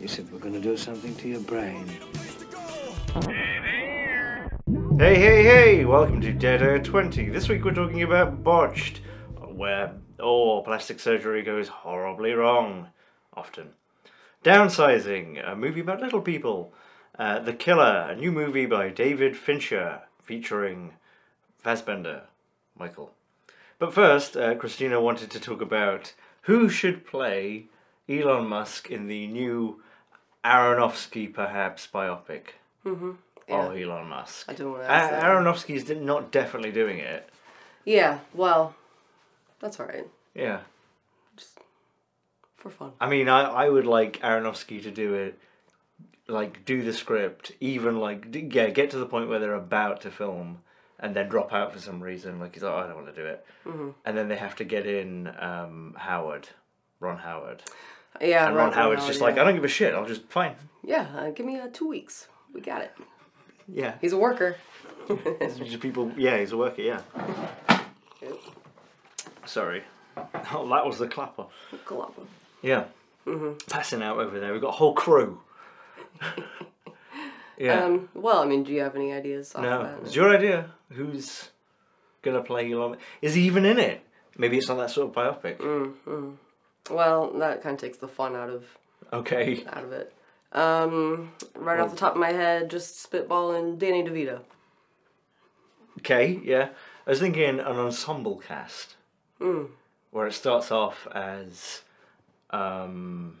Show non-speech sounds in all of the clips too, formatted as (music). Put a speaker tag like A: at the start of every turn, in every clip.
A: You said we're gonna do something to your brain.
B: Hey, hey, hey! Welcome to Dead Air 20. This week we're talking about Botched, where all plastic surgery goes horribly wrong. Often. Downsizing, a movie about little people. Uh, the Killer, a new movie by David Fincher, featuring Fassbender, Michael. But first, uh, Christina wanted to talk about who should play Elon Musk in the new Aronofsky, perhaps, biopic. Oh, Elon Musk.
C: Mm-hmm. I don't wanna
B: A-
C: ask that.
B: Aronofsky's di- not definitely doing it.
C: Yeah, well, that's all right.
B: Yeah.
C: For fun.
B: I mean, I, I would like Aronofsky to do it, like, do the script, even, like, d- yeah, get to the point where they're about to film and then drop out for some reason. Like, he's like, "Oh, I don't want to do it. And then they have to get in um, Howard, Ron Howard.
C: Yeah,
B: And Ron,
C: right,
B: Howard's
C: Ron
B: just
C: Howard,
B: like, oh. I don't give a shit. I'll just, fine.
C: yeah, yeah uh, give me uh, two weeks. We got it.
B: Yeah.
C: He's a worker.
B: It's just people, yeah, he's a worker, yeah. Sorry. Oh, that was the clapper.
C: Galapa.
B: Yeah. Passing out over there. We've got a whole crew. (laughs) yeah.
C: Um, well, I mean, do you have any ideas? Off
B: no.
C: of
B: It's
C: that?
B: your idea. Who's going to play Elon? Is he even in it? Maybe it's not that sort of biopic.
C: Well, that kind of takes the fun out of
B: Okay.
C: out of it. Um, right off the top of my head, just spitballing Danny DeVito.
B: Okay, yeah. I was thinking an ensemble cast. Where it starts off as. Um,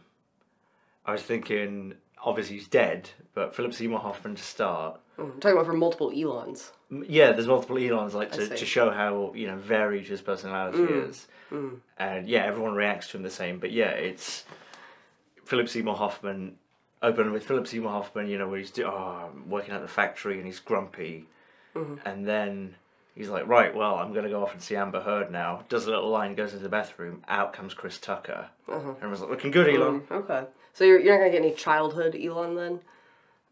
B: I was thinking, obviously he's dead, but Philip Seymour Hoffman to start.
C: Mm, I'm talking about for multiple Elons.
B: yeah, there's multiple Elons like to,
C: see.
B: to show how you know varied his personality is, and yeah, everyone reacts to him the same. But yeah, it's Philip Seymour Hoffman open with Philip Seymour Hoffman, you know, where he's do, oh, I'm working at the factory and he's grumpy, and then he's like, right, well, I'm gonna go off and see Amber Heard now. Does a little line, goes into the bathroom, out comes Chris Tucker, and everyone's like, looking good, Elon.
C: Mm, Okay. So you're, you're not gonna get any childhood Elon then?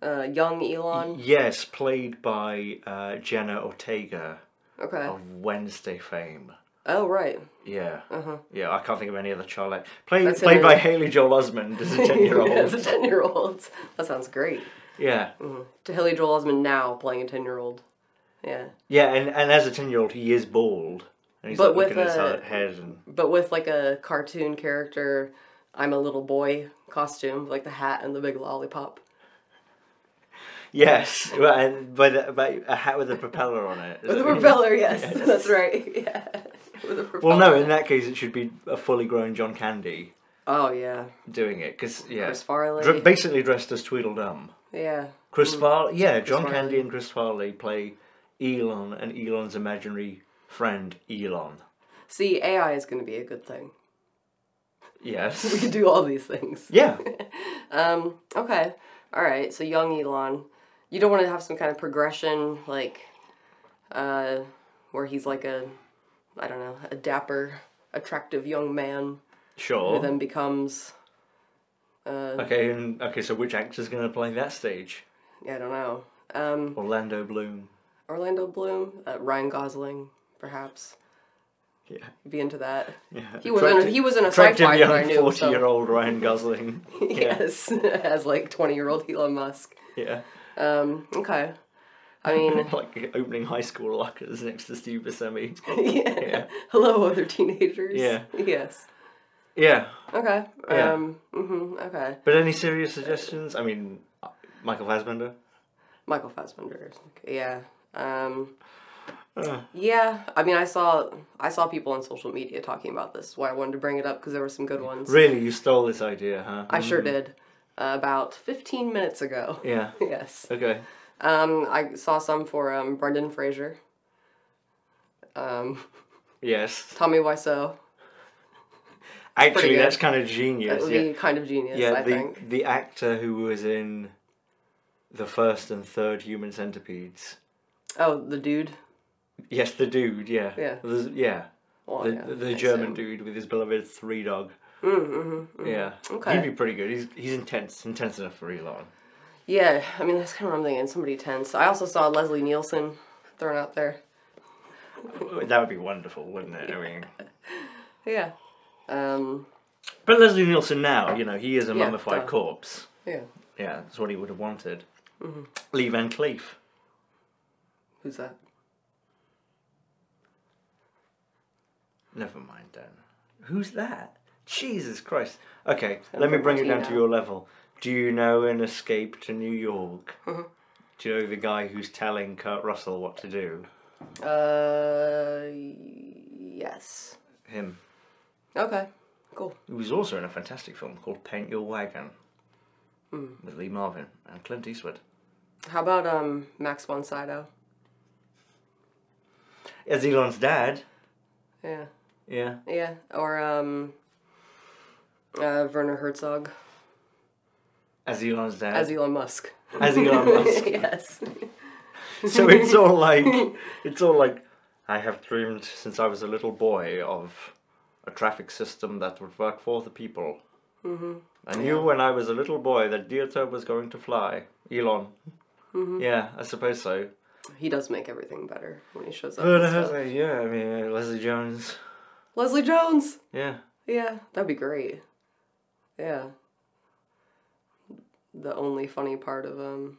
C: Uh, young Elon.
B: Yes, played by uh, Jenna Ortega
C: Okay.
B: of Wednesday fame.
C: Oh right.
B: Yeah.
C: Uh-huh.
B: Yeah, I can't think of any other child act. Played,
C: That's
B: played by
C: another-
B: Haley Joel Osment as
C: (laughs)
B: a 10 year
C: As
B: old.
C: a ten year old. That sounds great.
B: Yeah.
C: To Haley Joel Osment now playing a ten year old. Yeah.
B: Yeah, and, and as a 10 year old, he is bald. And he's
C: But
B: like, looking
C: with
B: at his
C: a-
B: he- head. And,
C: But with like a cartoon character I'm a little boy costume, like the hat and the big lollipop. (laughs)
B: yes. (laughs) Well, and, but, but a hat with a propeller on it. Is
C: With a
B: that what you mean?
C: propeller, yes. That's right. Yeah. With a propeller.
B: Well, no, in that case, it should be a fully grown John Candy
C: Oh yeah.
B: doing it. Because, yeah.
C: Chris Farley.
B: Dr- basically dressed as Tweedledum.
C: Yeah.
B: Chris Farley. Yeah, John
C: Farley.
B: Candy and Chris Farley play Elon and Elon's imaginary friend, Elon.
C: See, AI is gonna be a good thing. (laughs) We (laughs)
B: Yes.
C: can do all these things.
B: yeah.
C: Um, okay. All right. So young Elon, you don't want to have some kind of progression like uh where he's like a I don't know, a dapper, attractive young man
B: Sure.
C: who then becomes uh
B: Okay, and okay, so which actor's going to play that stage?
C: I don't know. Um
B: Orlando Bloom.
C: Orlando Bloom, uh, Ryan Gosling perhaps.
B: Yeah,
C: Be into that. (laughs)
B: yeah.
C: He was in a, he was in a
B: attractive
C: sci-fi that I
B: young
C: knew. so-
B: forty-year-old Ryan
C: (laughs)
B: Gosling. yeah,
C: Yes, as like twenty-year-old Elon Musk.
B: yeah.
C: Um, okay, I mean, (laughs)
B: like opening high school lockers next to Steve Buscemi.
C: yeah.
B: Yeah,
C: Hello, other teenagers.
B: Yeah.
C: (laughs) Yes.
B: yeah.
C: Okay.
B: Yeah.
C: Um. hmm okay.
B: But any serious suggestions? I mean, Michael Fassbender.
C: Michael Fassbender. Yeah. Um.
B: Uh.
C: Yeah. I mean, I saw I saw people on social media talking about this. Why I wanted to bring it up because there were some good ones.
B: Really, you stole this idea, huh?
C: I sure
B: Mm.
C: did. Uh, about 15 minutes ago. (laughs)
B: Yeah.
C: yes.
B: Okay.
C: Um. I saw some for um Brendan Fraser. Um.
B: Yes.
C: Tommy Wiseau.
B: Actually,
C: good.
B: that's kind of
C: That
B: genius.
C: would
B: yeah.
C: be kind of genius.
B: yeah.
C: I
B: the
C: think.
B: the actor who was in the first and third Human Centipedes.
C: Oh, the dude.
B: Yes, the dude, yeah.
C: Yeah.
B: The, yeah.
C: Well,
B: The,
C: yeah,
B: the
C: I
B: German
C: assume.
B: dude with his beloved three dog. Mm-hmm, Yeah.
C: Okay.
B: He'd be pretty good. He's he's intense, intense enough for Elon.
C: Yeah, I mean that's kind of what I'm thinking. Somebody tense. I also saw Leslie Nielsen thrown out there.
B: That would be wonderful, wouldn't it? I mean,
C: Yeah. Um.
B: but Leslie Nielsen now, you know, he is a
C: Yeah,
B: mummified
C: duh.
B: corpse.
C: Yeah.
B: Yeah, that's what he would have wanted.
C: Mm-hmm.
B: Lee Van Cleef.
C: Who's that?
B: Never mind then. Who's that? Jesus Christ. Okay, let me bring it down to
C: Martino.
B: your level. Do you know an escape to New York?
C: Mm-hmm.
B: do you know the guy who's telling Kurt Russell what to do?
C: Uh, yes.
B: Him.
C: Okay. Cool.
B: He was also in a fantastic film called Paint Your Wagon with Lee Marvin and Clint Eastwood.
C: How about um Max von Sydow?
B: As Elon's dad.
C: Yeah.
B: Yeah.
C: Yeah. Or um uh Werner Herzog
B: As Elon's dad.
C: as Elon Musk.
B: As Elon Musk.
C: (laughs) yes.
B: (laughs) so it's all like it's all like I have dreamed since I was a little boy of a traffic system that would work for the people. Mm-hmm. I knew when I was a little boy that Dieter was going to fly. Elon. Yeah, I suppose so.
C: He does make everything better when he shows up.
B: But
C: and
B: I was
C: stuff.
B: like, yeah, I mean, uh, Leslie Jones.
C: Leslie Jones.
B: Yeah.
C: Yeah, that'd be great. Yeah. The only funny part of um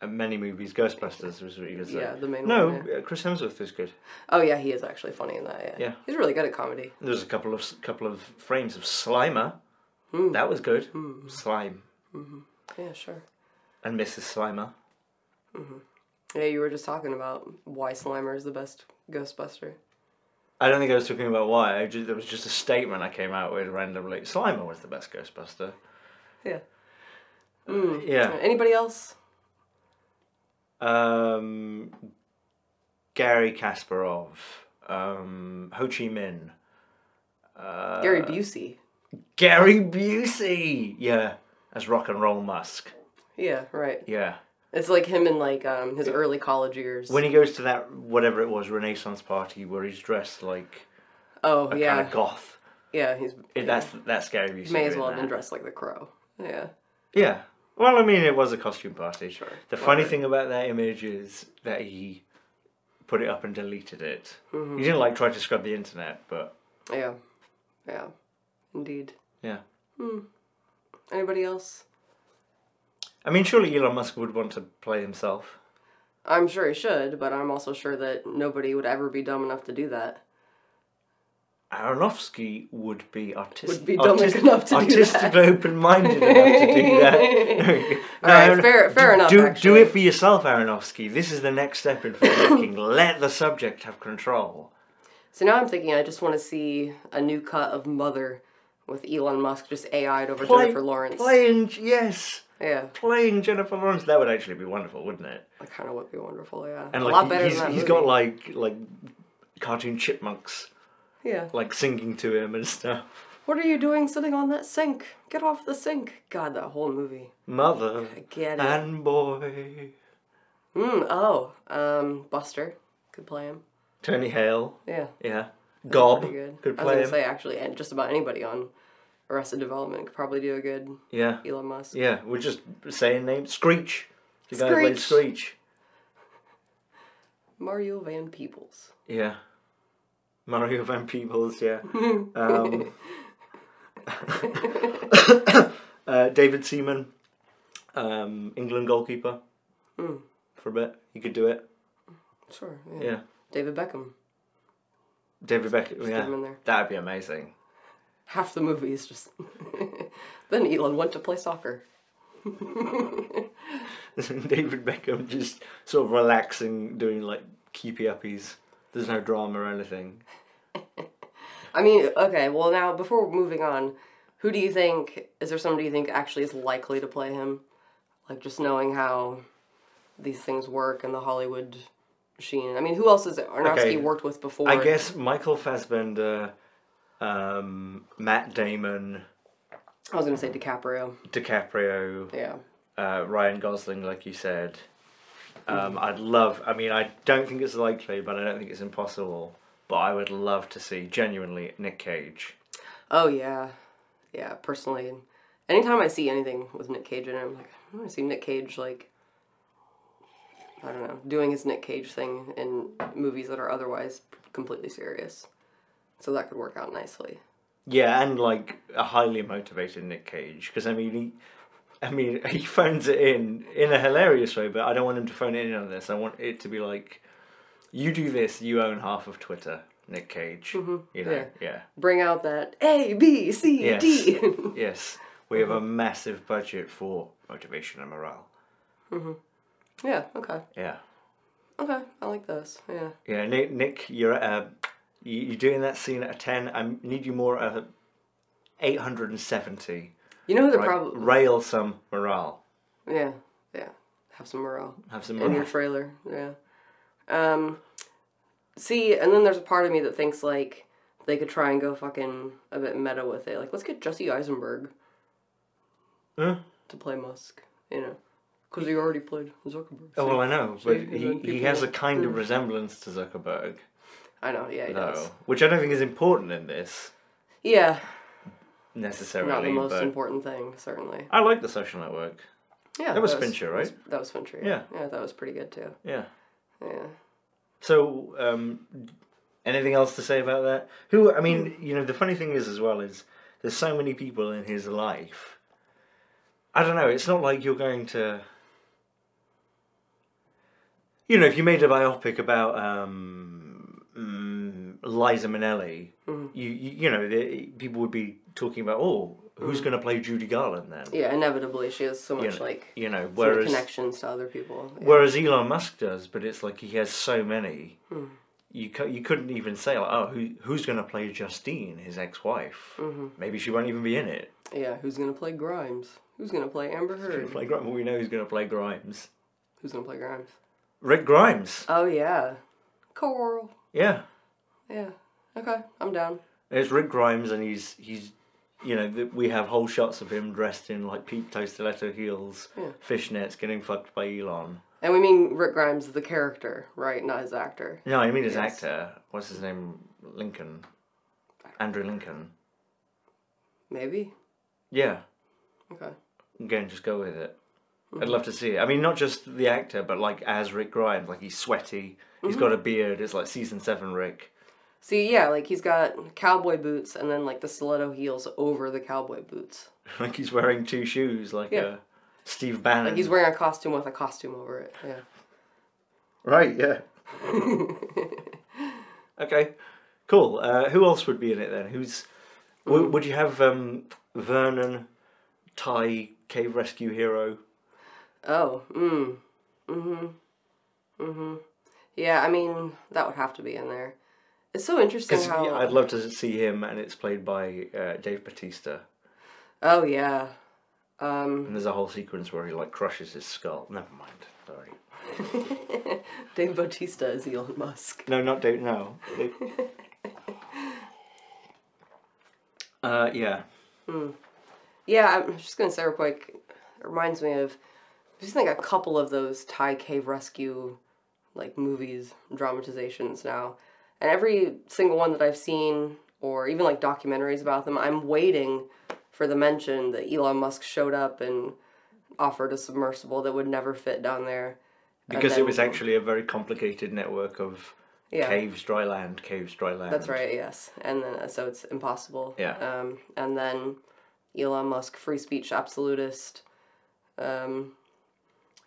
B: And many movies, Ghostbusters was what you could say.
C: Yeah, the main
B: no,
C: one,
B: uh, Chris Hemsworth is good.
C: Oh yeah, he is actually funny in that. Yeah.
B: Yeah.
C: He's really good at comedy.
B: There's a couple of couple of frames of Slimer.
C: Hmm.
B: That was good. Slime
C: Yeah, sure.
B: and Mrs. Slimer.
C: Yeah, you were just talking about why Slimer is the best Ghostbuster.
B: I don't think I was talking about why. I ju- there was just a statement I came out with randomly. Slimer was the best Ghostbuster. Uh,
C: Yeah. Hmm.
B: Yeah.
C: Anybody else?
B: Um, Gary Kasparov. Um, Ho Chi Minh. Uh,
C: Gary Busey.
B: Gary Busey. Yeah. As Rock and Roll Musk.
C: Yeah, right.
B: Yeah.
C: It's like him in like um his early college years.
B: When he goes to that whatever it was Renaissance party where he's dressed like
C: oh
B: a
C: yeah,
B: kind of goth.
C: yeah. He's
B: It, that's that's Gary Busey.
C: may as
B: doing
C: well have been
B: that.
C: dressed like the crow. Yeah.
B: Yeah. Well, I mean, it was a costume party.
C: Sure.
B: The funny thing about that image is that he put it up and deleted it.
C: Mm-hmm.
B: He didn't like try to scrub the internet, but
C: Yeah. Yeah. Indeed.
B: yeah.
C: Anybody else?
B: I mean, surely Elon Musk would want to play himself.
C: I'm sure he should, but I'm also sure that nobody would ever be dumb enough to do that.
B: Aronofsky would be artistic,
C: Would be dumb enough to do
B: artistic
C: that.
B: and open-minded enough to do
C: (laughs)
B: that. No,
C: Alright,
B: Aaron-
C: fair- fair
B: do-
C: enough,
B: Do, do
C: actually.
B: it for yourself, Aronofsky. This is the next step in
C: (laughs)
B: filmmaking. Let the subject have control.
C: So now I'm thinking I just want to see a new cut of Mother with Elon Musk just AI'd over Jennifer Lawrence.
B: Playing, yes.
C: Yeah,
B: playing Jennifer Lawrence, that would actually be wonderful, wouldn't it?
C: that kind of would be wonderful. Yeah,
B: And
C: a
B: like
C: lot better
B: he's,
C: than that
B: he's
C: movie.
B: got like like cartoon chipmunks
C: yeah.
B: like singing to him and stuff.
C: What are you doing sitting on that sink? Get off the sink! God, that whole movie.
B: Mother
C: Get it.
B: and boy,
C: Mm, oh, um, Buster could play him.
B: Tony Hale,
C: Yeah,
B: yeah, Gob
C: pretty good.
B: could
C: I was
B: play
C: gonna
B: him.
C: say actually, and just about anybody on Arrested Development could probably do a good
B: Yeah,
C: Elon Musk.
B: yeah. We're just saying names. Screech, the guy who played Screech.
C: Mario Van Peebles.
B: Yeah, Mario Van Peebles. Yeah. um, uh, David Seaman, um, England goalkeeper. For a bit, he could do it.
C: Sure. Yeah.
B: Yeah.
C: David Beckham.
B: David Beckham.
C: him in
B: Yeah,
C: there.
B: that'd be amazing. (laughs)
C: Half the movie is just. (laughs) then Elon went to play soccer.
B: David Beckham just sort of relaxing, doing like keepy uppies. There's no drama or anything.
C: I mean, okay. Well, now before moving on, who do you think is there somebody you think actually is likely to play him? Like just knowing how these things work and the Hollywood machine. I mean, who else is Aronofsky
B: Okay.
C: worked with before?
B: I guess Michael Fassbender, um, Matt Damon,
C: I was gonna say DiCaprio.
B: DiCaprio,
C: Yeah.
B: uh, Ryan Gosling, like you said. Um, I'd love. I mean, I don't think it's likely, but I don't think it's impossible. But I would love to see genuinely Nick Cage.
C: Oh yeah, yeah. Personally, anytime I see anything with Nick Cage in it, I'm like, I want to see Nick Cage like, I don't know, doing his Nick Cage thing in movies that are otherwise completely serious. So that could work out nicely.
B: Yeah, and like a highly motivated Nick Cage, because I mean, he, I mean, (laughs) he phones it in in a hilarious way, but I don't want him to phone in on this. I want it to be like, you do this, you own half of Twitter, Nick Cage. You know, yeah.
C: Bring out that A, B, C, D.
B: Yes. yes. We have a massive budget for motivation and morale.
C: (laughs) yeah, okay.
B: Yeah.
C: Okay, I like those. Yeah.
B: Yeah, Nick, Nick you're at a, you- you're doing that scene at a 10. I need you more at a 870.
C: You know who the
B: Right,
C: problem.
B: rail some morale.
C: Yeah, yeah. Have some morale
B: Have some
C: in your
B: morale.
C: trailer. Yeah. Um, see, and then there's a part of me that thinks like they could try and go fucking a bit meta with it. Like, let's get Jesse Eisenberg
B: Huh?
C: to play Musk. You know, because he already played Zuckerberg.
B: Oh, well, I know,
C: So
B: but
C: you can
B: he,
C: run
B: he
C: people
B: has a
C: up.
B: kind of resemblance to Zuckerberg,
C: I know. Yeah, he does.
B: though, which I don't think is important in this
C: Yeah,
B: necessarily.
C: not the most
B: but
C: important thing, certainly.
B: I like the social network.
C: Yeah,
B: That was Fincher, right?
C: That was Fincher.
B: Yeah.
C: yeah, that was pretty good too.
B: Yeah.
C: Yeah.
B: So, um, anything else to say about that? Who, I mean,
C: Hmm.
B: you know, the funny thing is, as well, is there's so many people in his life. I don't know, it's not like you're going to. You know, if you made a biopic about um, mm, Liza Minnelli,
C: Hmm.
B: you, you you know, the, people would be talking about, oh,
C: Hmm.
B: who's going to play Judy Garland then?
C: Yeah, inevitably she has so much
B: You know,
C: like
B: you know
C: sort of
B: whereas
C: connections to other people. Yeah.
B: Whereas Elon Musk does, but it's like he has so many. You cou- you couldn't even say like, oh, who who's going to play Justine, his ex-wife? Maybe she won't even be in it.
C: Yeah, who's gonna play Grimes? Who's gonna play Amber Heard?
B: Play Grimes. Well, we know who's going to play Grimes.
C: Who's gonna play Grimes?
B: Rick Grimes.
C: Oh yeah, Coral.
B: Yeah,
C: Yeah. Okay, I'm down.
B: it's Rick Grimes, and he's he's. You know, th- we have whole shots of him dressed in like peep toe stiletto heels, fishnets, getting fucked by Elon.
C: And we mean Rick Grimes, the character, right? Not his actor.
B: No, I mean his actor. What's his name? Lincoln. Andrew Lincoln.
C: Maybe.
B: Yeah.
C: Okay.
B: again, just go with it.
C: Hmm.
B: I'd love to see it. I mean, not just the actor, but like as Rick Grimes, like he's sweaty, he's got a
C: Hmm.
B: beard. It's like season seven Rick. (laughs)
C: See, yeah, like he's got cowboy boots and then like the stiletto heels over the cowboy boots.
B: like he's wearing two shoes, like
C: Yeah.
B: uh, Steve Bannon.
C: Like he's wearing a costume with a costume over it. Yeah.
B: right,
C: (laughs)
B: yeah. okay, cool. Uh, who else would be in it then? Who's
C: Hmm.
B: w- would you have um, Vernon, Thai cave rescue hero?
C: Oh, mm. Mm-hmm. Mm-hmm. Yeah, I mean, that would have to be in there. It's so interesting
B: 'Cause,
C: how
B: yeah, I'd love to see him, and it's played by uh, Dave Batista.
C: Oh yeah. Um
B: And there's a whole sequence where he like crushes his skull. Never mind. Sorry.
C: Dave Bautista is Elon Musk.
B: No, not Dave. No. It- (laughs) uh, yeah.
C: Yeah, I'm just gonna say real quick, it reminds me of just like a couple of those Thai cave rescue like movies, dramatizations now. And every single one that I've seen or even like documentaries about them, I'm waiting for the mention that Elon Musk showed up and offered a submersible that would never fit down there. And
B: Because it
C: then-
B: was actually a very complicated network of
C: Yeah.
B: caves, dry land, caves, dry land.
C: That's right. Yes, and then uh, so it's impossible.
B: Yeah.
C: Um, and then Elon Musk, free speech absolutist. Um,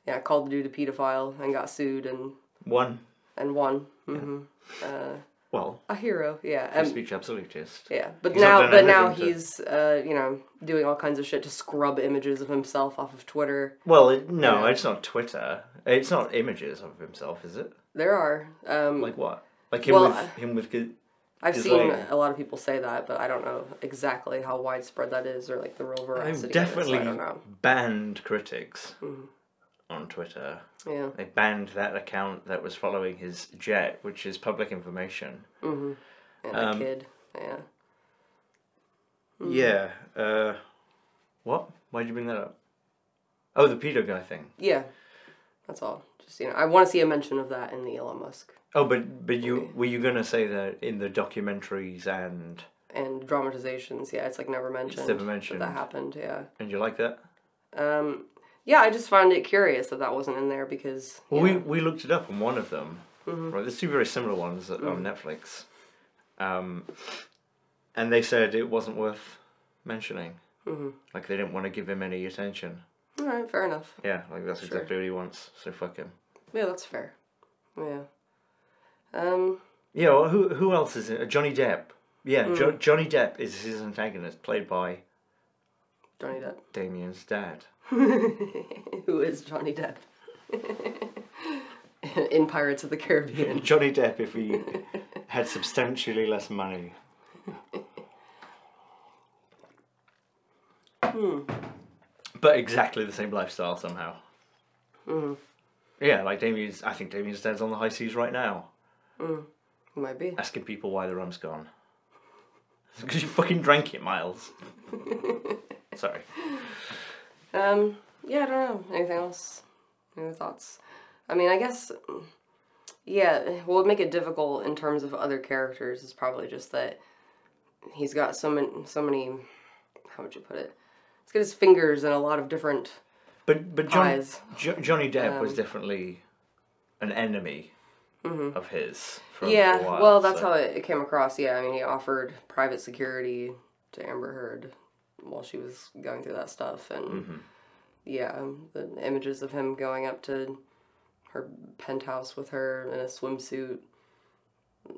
C: yeah, called the dude a pedophile and got sued and
B: One.
C: and won. hmm
B: Well,
C: A hero. Yeah.
B: a
C: And,
B: speech absolutist.
C: yeah, but
B: He's not
C: now,
B: done
C: but now
B: anything to-
C: he's, uh, you know, doing all kinds of shit to scrub images of himself off of Twitter.
B: Well, it, no, it's not Twitter. It's not images of himself, is it?
C: There are. Um,
B: Like what? Like him
C: Well,
B: with
C: I-
B: him with. g-
C: I've
B: is
C: seen
B: like-
C: a lot of people say that, but I don't know exactly how widespread that is or like the real
B: I've
C: veracity. of it, so
B: definitely
C: I don't know.
B: banned critics on Twitter.
C: Yeah.
B: They banned that account that was following his jet, which is public information.
C: And
B: Um,
C: the kid. Yeah.
B: Yeah. Uh, what? Why'd you bring that up? Oh, the pedo guy thing.
C: Yeah. That's all. Just you know, I want to see a mention of that in the Elon Musk
B: Oh, but but you were you gonna say that in the documentaries and
C: and dramatizations. Yeah, it's like never mentioned.
B: never
C: that
B: mentioned.
C: that happened. Yeah.
B: and you like that?
C: Um, yeah, I just found it curious that that wasn't in there because you
B: Well, we
C: know,
B: we looked it up on one of them. Right, there's two very similar ones that- on Netflix. Um, and they said it wasn't worth mentioning. Like they didn't want to give him any attention.
C: right, fair enough.
B: Yeah, like that's exactly what he wants. So fuck him.
C: Yeah, that's fair. Yeah. Um.
B: Yeah. Well, who who else is in? Uh, Johnny Depp. Yeah, jo- Johnny Depp is his antagonist, played by
C: Johnny Depp. (laughs)
B: Damien's dad.
C: Who is Johnny Depp? (laughs) In Pirates of the Caribbean.
B: Johnny Depp, if he had substantially less money. Hmm. But exactly the same lifestyle somehow. Hmm. Yeah, like Damien's. I think Damien's dad's on the high seas right now,
C: Might be.
B: asking people why the rum's gone. (laughs) Because you fucking drank it, (laughs) Miles. Sorry.
C: Um, yeah, I don't know. Anything else? Any other thoughts? I mean, I guess, yeah, what would make it difficult in terms of other characters is probably just that he's got so many, so many, how would you put it? He's got his fingers in a lot of different,
B: But but John,
C: Pies. Um,
B: jo- Johnny Depp was definitely an enemy of his. For
C: Mm-hmm. yeah,
B: a while,
C: well, that's
B: so-
C: how it, it came across. Yeah, I mean, he offered private security to Amber Heard while she was going through that stuff, and
B: Mm-hmm.
C: yeah, the images of him going up to her penthouse with her in a swimsuit,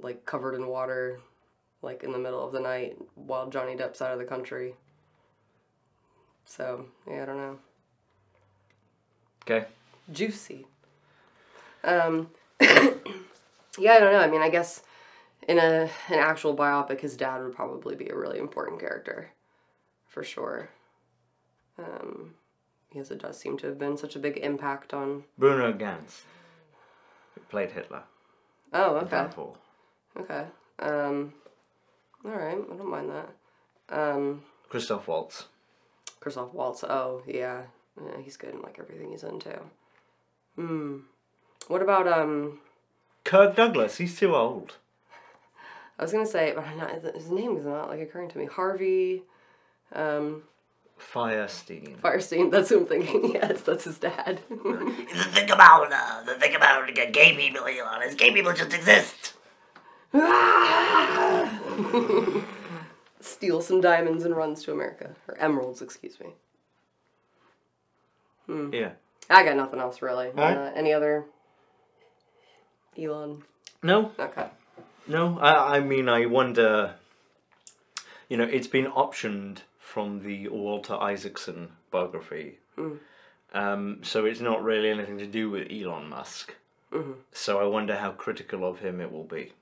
C: like covered in water, like in the middle of the night while Johnny Depp's out of the country. So yeah, I don't know.
B: Okay.
C: Juicy. Um, (coughs) yeah, I don't know. I mean, I guess in a an actual biopic, his dad would probably be a really important character, for sure. Um, because it does seem to have been such a big impact on.
B: Bruno Ganz, who played Hitler.
C: Oh, okay,
B: example.
C: okay. Um, all right, I don't mind that. Um,
B: Christoph Waltz.
C: Christoph Waltz. Oh, yeah, yeah he's good in like everything he's into. Hmm. What about um?
B: Kirk Douglas. He's too old.
C: I was gonna say, but I'm not, his name is not like occurring to me. Harvey um,
B: Firestein.
C: Firestein. That's who I'm thinking. (laughs) Yes, that's his dad. (laughs)
D: The thing about uh, the thing about uh, gay people, Elon, is gay people just exist.
C: Steals some diamonds and runs to America, or emeralds, excuse me.
B: Yeah.
C: I got nothing else really.
B: Alright.
C: Uh, any other? Elon.
B: No,
C: Okay.
B: no. I, I mean, I wonder. You know, it's been optioned from the Walter Isaacson biography, um, so it's not really anything to do with Elon Musk. So I wonder how critical of him it will be.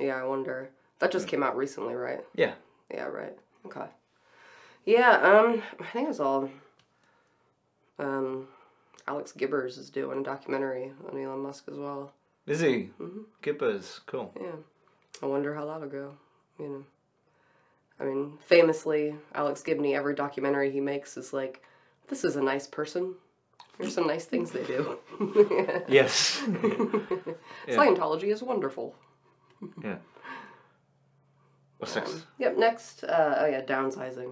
C: Yeah, I wonder. That just came out recently, right?
B: Yeah.
C: Yeah, right. Okay. Yeah, um, I think it was all. Um, Alex Gibbers is doing a documentary on Elon Musk as well.
B: Is he? Gibbers. Cool.
C: Yeah. I wonder how that'll go, you know. I mean, famously, Alex Gibney, every documentary he makes is like, this is a nice person. Here's some nice things they do.
B: Yes.
C: Scientology is wonderful.
B: yeah. What's next?
C: Yep, next, uh, oh yeah, downsizing.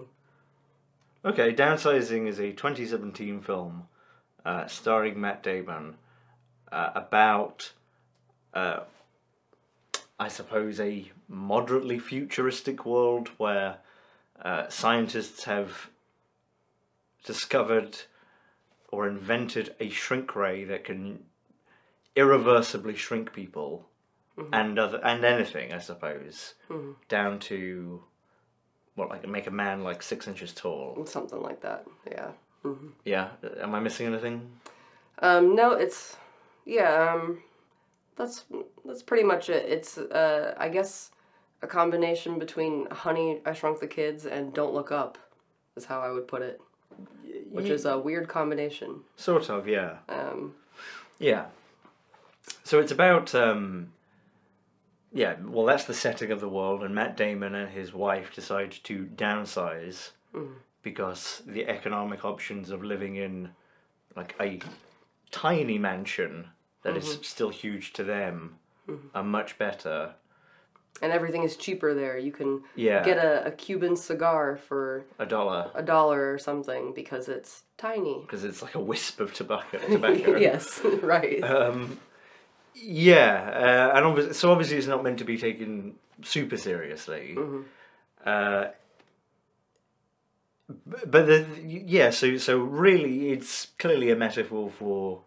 B: Okay, Downsizing is a 2017 film uh, starring Matt Damon uh, about, uh, I suppose, a moderately futuristic world where uh, scientists have discovered or invented a shrink ray that can irreversibly shrink people and other and anything, I suppose, down to. What, like make a man like six inches tall?
C: Something like that, yeah.
B: Yeah. Am I missing anything?
C: Um, no, it's, yeah, um, that's, that's pretty much it. It's, uh, I guess, a combination between Honey, I Shrunk the Kids, and Don't Look Up, is how I would put it. Which is a weird combination.
B: Sort of, yeah.
C: Um,
B: Yeah. So it's about um yeah, well that's the setting of the world and Matt Damon and his wife decide to downsize because the economic options of living in like a tiny mansion that is still huge to them are much better.
C: and everything is cheaper there. You can
B: Yeah.
C: get a, a Cuban cigar for
B: A dollar
C: a dollar or something because it's tiny.
B: because it's like a wisp of tobacco. tobacco.
C: (laughs) yes, right.
B: Yeah, uh, and obviously, so obviously it's not meant to be
C: Mm-hmm.
B: taken super seriously. Uh, But the, yeah, so so really, it's clearly a metaphor for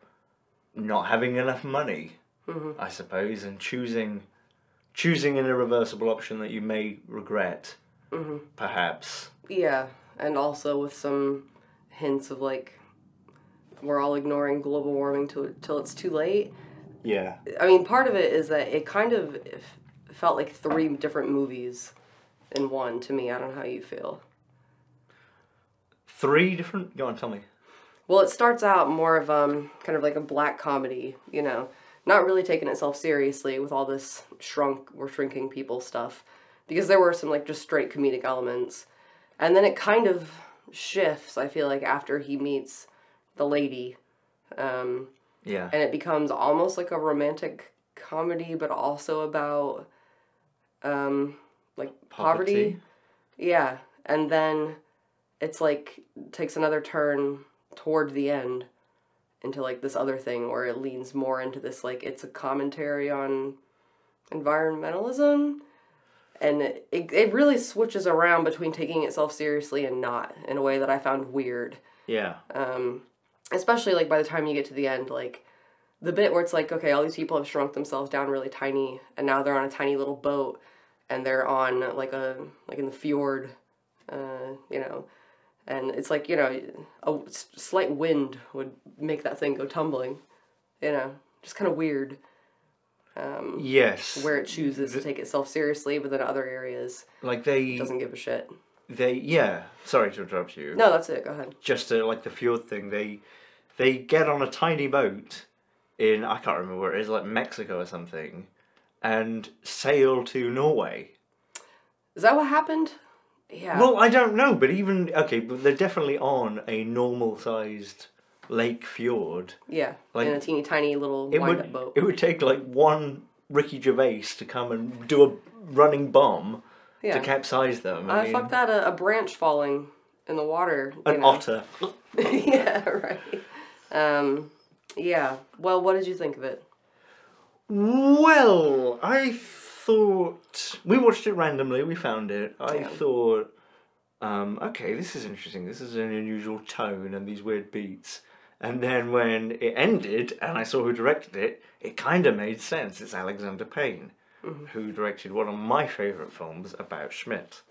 B: not having enough money,
C: Mm-hmm.
B: I suppose, and choosing choosing an irreversible option that you may regret,
C: Mm-hmm.
B: perhaps.
C: Yeah, and also with some hints of like we're all ignoring global warming till till it's too late.
B: Yeah,
C: I mean, part of it is that it kind of f- felt like three different movies in one to me. I don't know how you feel.
B: three different. Go on, tell me.
C: Well, it starts out more of um kind of like a black comedy, you know, not really taking itself seriously with all this shrunk we're shrinking people stuff because there were some like just straight comedic elements. And then it kind of shifts, I feel like after he meets the lady um
B: Yeah,
C: and it becomes almost like a romantic comedy but also about um like poverty. Yeah, and then it's like takes another turn toward the end into like this other thing where it leans more into this like it's a commentary on environmentalism and it, it, it really switches around between taking itself seriously and not in a way that I found weird
B: Yeah,
C: um, especially like by the time you get to the end, like the bit where it's like, okay, all these people have shrunk themselves down really tiny, and now they're on a tiny little boat, and they're on like a like in the fjord, uh, you know, and it's like you know, a s- slight wind would make that thing go tumbling, you know, just kind of weird. Um,
B: yes.
C: where it chooses to take itself seriously, but then other areas
B: like they
C: doesn't give a shit.
B: they yeah. Sorry to interrupt you.
C: No, that's it. Go ahead.
B: just uh, like the fjord thing, they they get on a tiny boat in I can't remember where it is, like Mexico or something, and sail to Norway.
C: Is that what happened? Yeah.
B: Well, I don't know, but even okay, but they're definitely on a normal sized lake fjord.
C: Yeah,
B: Like,
C: in a teeny tiny little
B: It
C: wind-up
B: would
C: boat.
B: it would take like one Ricky Gervais to come and do a running bomb
C: yeah,
B: to capsize them. I
C: uh,
B: mean,
C: fuck that. A, a branch falling in the water. you
B: an
C: know. (laughs)
B: otter.
C: yeah, right. Um, yeah. Well, what did you think of it?
B: Well, I thought we watched it randomly. We found it. I thought, um, okay, this is interesting. This is an unusual tone and these weird beats. And then when it ended, and I saw who directed it, it kind of made sense. It's Alexander Payne, who directed one of my favorite films about Schmidt,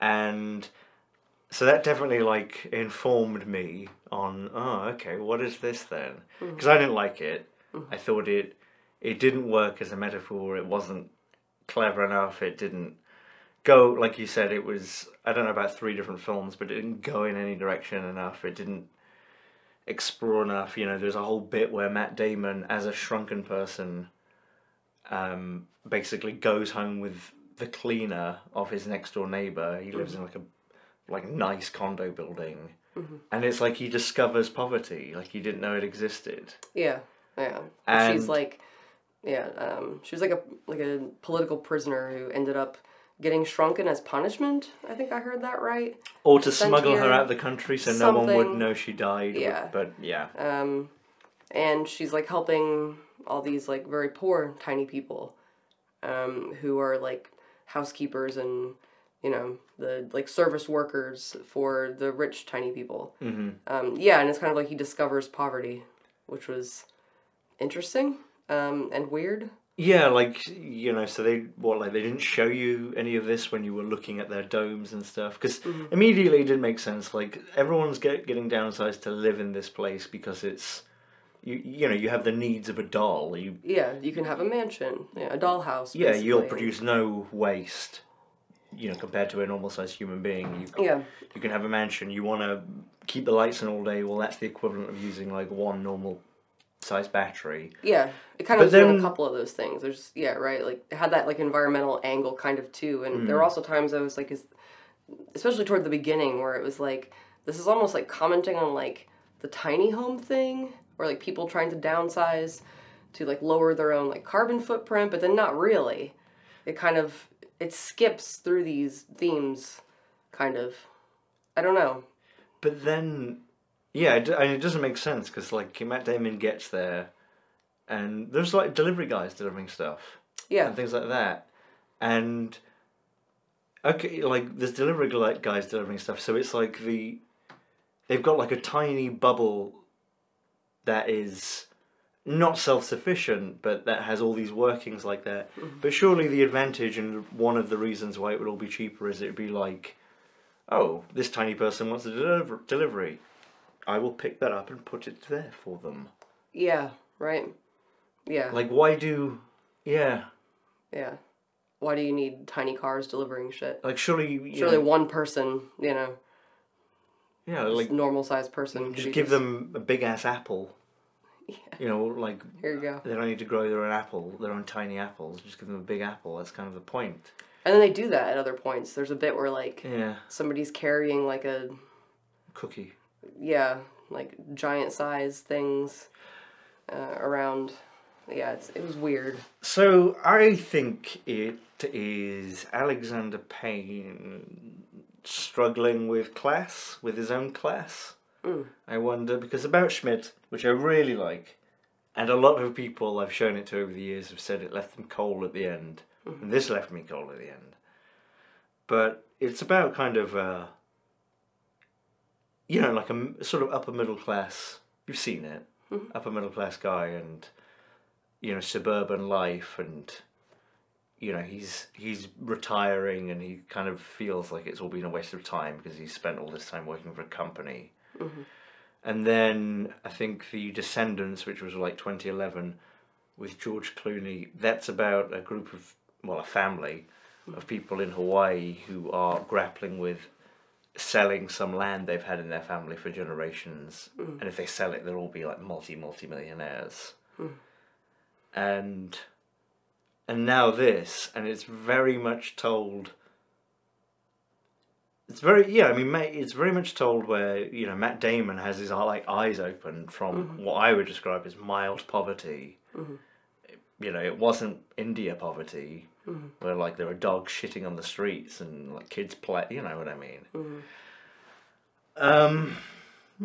B: and so that definitely like informed me on oh okay what is this then because i didn't like it i thought it it didn't work as a metaphor it wasn't clever enough it didn't go like you said it was i don't know about three different films but it didn't go in any direction enough it didn't explore enough you know there's a whole bit where matt damon as a shrunken person um, basically goes home with the cleaner of his next door neighbor he lives in like a like nice condo building
C: Mm-hmm.
B: and it's like he discovers poverty like he didn't know it existed
C: Yeah, yeah. she's
B: And-
C: like, yeah. Um, she was like a like a political prisoner who ended up getting shrunken as punishment. I think I heard that right.
B: or to
C: Sent
B: smuggle her
C: here
B: out of the country so no one would
C: something.
B: know she died
C: Yeah.
B: but yeah
C: Um, and she's like helping all these like very poor tiny people um, who are like housekeepers and you know the like service workers for the rich tiny people
B: hmm
C: um, yeah and it's kind of like he discovers poverty which was interesting um, and weird
B: yeah like you know so they what like they didn't show you any of this when you were looking at their domes and stuff because
C: Mm-hmm.
B: immediately it didn't make sense like everyone's get, getting downsized to live in this place because it's you, you know you have the needs of a doll you
C: yeah you can have a mansion yeah, a dollhouse
B: yeah you'll
C: basically.
B: produce no waste you know compared to a normal sized human being you
C: yeah
B: you can have a mansion. You want to keep the lights on all day. Well, that's the equivalent of using like one normal size battery.
C: Yeah, it kind
B: But
C: of was doing
B: then-
C: a couple of those things. There's yeah, right. Like it had that like environmental angle kind of too, and
B: Mm.
C: there were also times I was like, is, especially toward the beginning where it was like this is almost like commenting on like the tiny home thing or like people trying to downsize to like lower their own like carbon footprint, but then not really. It kind of it skips through these themes, kind of. I don't know.
B: But then, yeah, it, and it doesn't make sense because like Matt Damon gets there, and there's like delivery guys delivering stuff
C: Yeah,
B: and things like that, and okay, like there's delivery gli- guys delivering stuff, so it's like the they've got like a tiny bubble that is not self-sufficient, but that has all these workings like that. But surely the advantage and one of the reasons why it would all be cheaper is it would be like, oh, this tiny person wants a deliver- delivery. I will pick that up and put it there for them.
C: Yeah, right? Yeah,
B: Like, why do? Yeah,
C: yeah. Why do you need tiny cars delivering shit?
B: like surely. you
C: Surely
B: know-
C: one person, you know,
B: yeah, like
C: normal sized person. could
B: just
C: be
B: give them a big ass apple. You know, like
C: Here you go.
B: they don't need to grow their own apple, their own tiny apples. Just give them a big apple. That's kind of the point.
C: And then they do that at other points. There's a bit where, like,
B: Yeah,
C: somebody's carrying, like, a,
B: cookie.
C: yeah, like giant size things uh, around. Yeah, it's, it was weird.
B: So I think it is Alexander Payne struggling with class, with his own class. I wonder because about Schmidt, which I really like, and a lot of people I've shown it to over the years have said it left them cold at the end, and this left me cold at the end. But it's about kind of, uh, you know, like a m- sort of upper middle class. You've seen it, upper middle class guy, and you know suburban life and you know he's he's retiring and he kind of feels like it's all been a waste of time because he's spent all this time working for a company and then i think the descendants which was like 2011 with george clooney that's about a group of well a family of people in hawaii who are grappling with selling some land they've had in their family for generations and if they sell it they'll all be like multi multi millionaires and and now this and it's very much told it's very yeah i mean ma- it's very much told where you know matt damon has his uh, like eyes open from what i would describe as mild poverty you know it wasn't india poverty where like there were dogs shitting on the streets and like kids play you know what i mean um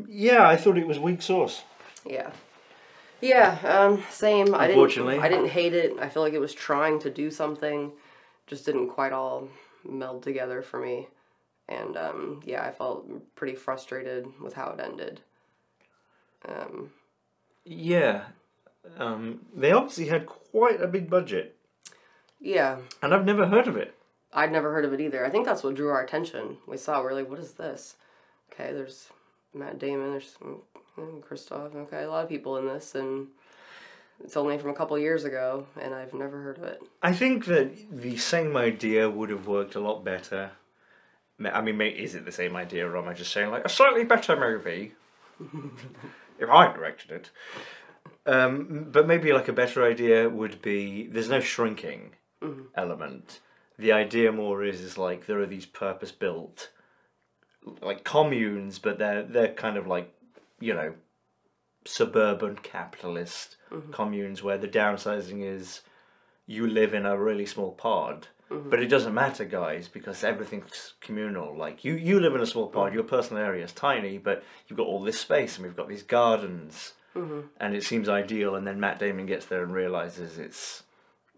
B: yeah i thought it was weak sauce
C: Yeah. Yeah, um, same. I
B: Unfortunately.
C: didn't, I didn't hate it. I feel like it was trying to do something, just didn't quite all meld together for me. And um, yeah, I felt pretty frustrated with how it ended. Um,
B: Yeah. Um, they obviously had quite a big budget,
C: yeah,
B: and I've never heard of it.
C: I'd never heard of it either. I think that's what drew our attention. We saw, we're like, what is this? Okay, there's Matt Damon, there's mm, Christoph, okay, a lot of people in this, and it's only from a couple years ago, and I've never heard of it.
B: I think that the same idea would have worked a lot better. Ma- I mean, ma- is it the same idea, or am I just saying, like, a slightly better movie? if I directed it. Um, but maybe, like, a better idea would be there's no shrinking element. The idea more is, is like, there are these purpose built, like, communes, but they're, they're kind of like, you know, suburban capitalist communes where the downsizing is you live in a really small pod. But it doesn't matter, guys, because everything's communal. Like you, you live in a small pod. Your personal area is tiny, but you've got all this space, and we've got these gardens, and it seems ideal. And then Matt Damon gets there and realizes it's,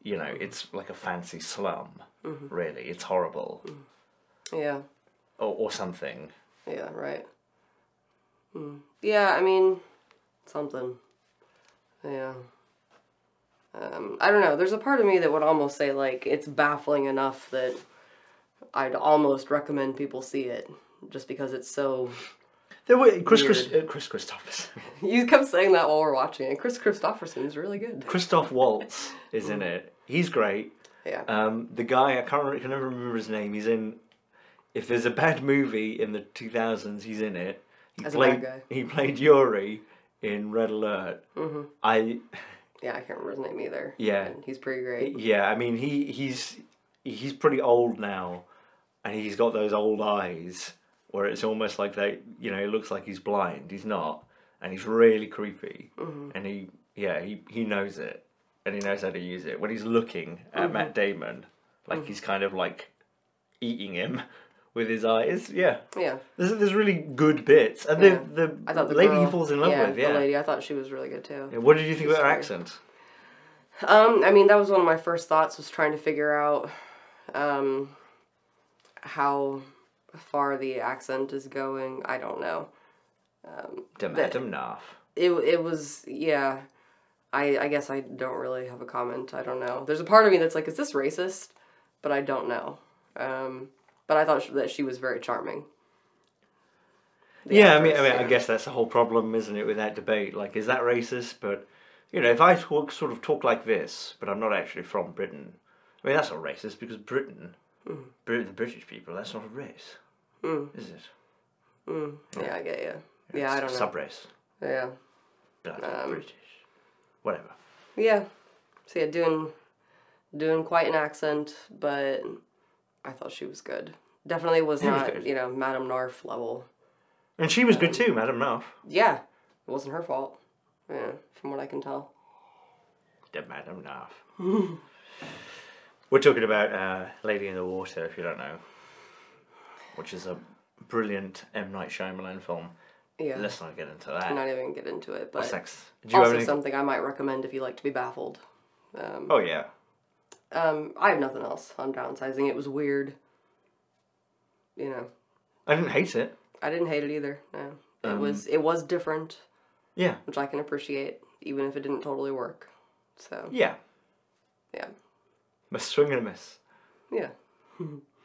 B: you know, it's like a fancy slum. Really, it's horrible,
C: Yeah.
B: or, or something.
C: Yeah, right. Mm. Yeah, I mean, something. Yeah. Um, I don't know. There's a part of me that would almost say, like, it's baffling enough that I'd almost recommend people see it just because it's so. (laughs)
B: There were Chris Chris, uh, Chris Christopherson. (laughs)
C: You kept saying that while we're watching it. Chris Christopherson is really good.
B: Christoph Waltz is in it. He's great.
C: Yeah.
B: Um, the guy I can't re- can never remember his name. He's in. If there's a bad movie in the 2000s, he's in it. He
C: As a
B: played
C: bad guy.
B: he played Yuri in Red Alert. Mm-hmm. I
C: yeah, I can't remember his name either.
B: Yeah.
C: And he's pretty great.
B: yeah, I mean he he's he's pretty old now, and he's got those old eyes where it's almost like they you know it looks like he's blind. He's not, and he's really creepy.
C: Mm-hmm.
B: And he yeah he he knows it, and he knows how to use it when he's looking at
C: Mm-hmm.
B: Matt Damon, like he's kind of like eating him (laughs) with his eyes. Yeah,
C: Yeah.
B: there's there's really good bits, and
C: Yeah.
B: the the,
C: I thought the
B: lady
C: girl,
B: he falls in love
C: yeah,
B: with. Yeah.
C: The lady, I thought she was really good too.
B: Yeah, What did you think about her
C: Sorry.
B: accent?
C: Um, I mean, that was one of my first thoughts was trying to figure out, um, how far the accent is going. I don't know.
B: to Madam Knopf.
C: It it was yeah. I I guess I don't really have a comment. I don't know. There's a part of me that's like, is this racist? But I don't know. Um, but I thought sh- that she was very charming. The
B: Yeah, I mean, I
C: actress,
B: mean, I
C: yeah.
B: guess that's the whole problem, isn't it, with that debate? Like, is that racist? But you know, if I talk sort of talk like this, but I'm not actually from Britain, I mean, that's not racist because Britain,
C: Hmm.
B: Brit- the British people, that's not a race, is it?
C: Mm, Yeah, I get you. Yeah, Hmm. I don't know. Um,
B: Sub-race,
C: yeah,
B: but I'm British, whatever.
C: yeah. So yeah, doing doing quite an accent, but I thought she was good. Definitely was
B: was
C: not
B: good.
C: you know Madame Narf level.
B: And she was
C: um,
B: good too, Madam Knopf.
C: Yeah, it wasn't her fault. Yeah, from what I can tell.
B: The Madam Knopf.
C: Hmm.
B: (laughs) We're talking about uh, Lady in the Water, if you don't know, which is a brilliant M Night Shyamalan film.
C: Yeah,
B: Let's not get into that.
C: I'm not even gonna get into it. But
B: Sex. Do you have
C: also
B: any?
C: something I might recommend if you like to be baffled. Um,
B: Oh yeah.
C: um, I have nothing else. I'm downsizing. It was weird. You know,
B: I didn't hate it.
C: I didn't hate it either. No, it
B: Um,
C: was it was different,
B: Yeah.
C: which I can appreciate, even if it didn't totally work. So
B: Yeah.
C: yeah,
B: A swing and a miss.
C: yeah. (laughs)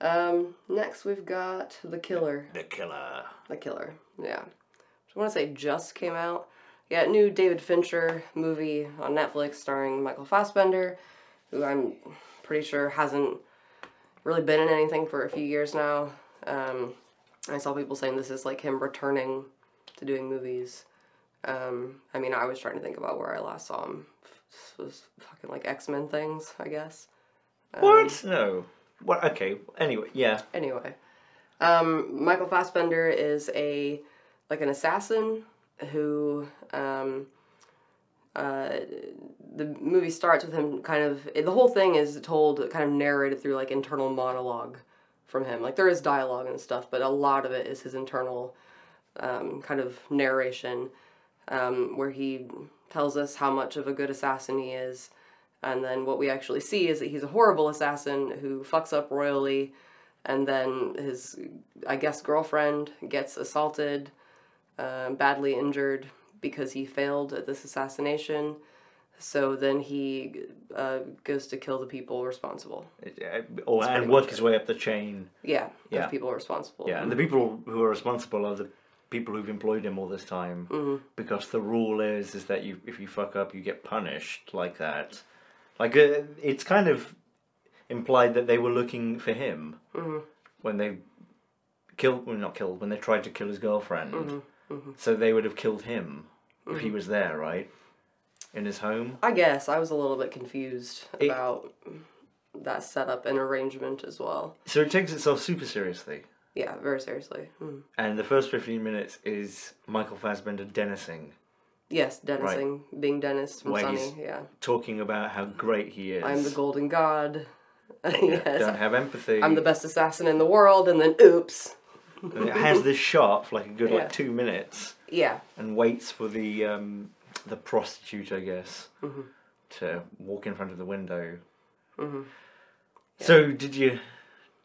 C: um, next we've got the killer.
B: The killer.
C: The Killer. Yeah. I want to say just came out. Yeah, new David Fincher movie on Netflix starring Michael Fassbender, who I'm pretty sure hasn't really been in anything for a few years now. Um, I saw people saying this is like him returning to doing movies. Um, I mean, I was trying to think about where I last saw him. This was fucking like X Men things, I guess.
B: what? No. What? Okay. Anyway. Yeah.
C: Anyway, um, Michael Fassbender is a like an assassin who um, uh, the movie starts with him kind of the whole thing is told kind of narrated through like internal monologue from him. Like there is dialogue and stuff, but a lot of it is his internal um, kind of narration um, where he tells us how much of a good assassin he is. And then what we actually see is that he's a horrible assassin who fucks up royally, and then his, I guess, girlfriend gets assaulted, um, badly injured because he failed at this assassination. So then he uh, goes to kill the people responsible.
B: Uh, Or and work his way up the chain.
C: Yeah,
B: Yeah.
C: those people responsible.
B: Yeah. And the people who are responsible are the people who've employed him all this time. Because the rule is is that you if you fuck up you get punished like that. Like uh, it's kind of implied that they were looking for him when they killed, well, not killed, when they tried to kill his girlfriend. So they would have killed him if he was there, right? In his home.
C: I guess I was a little bit confused
B: It-
C: about that setup and arrangement as well.
B: So it takes itself super seriously.
C: Yeah, very seriously. Mm.
B: And the first 15 minutes is Michael Fassbender dennising,
C: Yes, Dennising, being Dennis from
B: Where he's-
C: Sunny. Yeah,
B: talking about how great he is.
C: I'm the golden god. (laughs)
B: Don't
C: yes,
B: have empathy.
C: I'm the best assassin in the world, and then oops.
B: And it has this shot for like a good
C: Yeah.
B: like two minutes
C: Yeah,
B: and waits for the um, the prostitute, I guess,
C: Mm-hmm.
B: to walk in front of the window. So did you?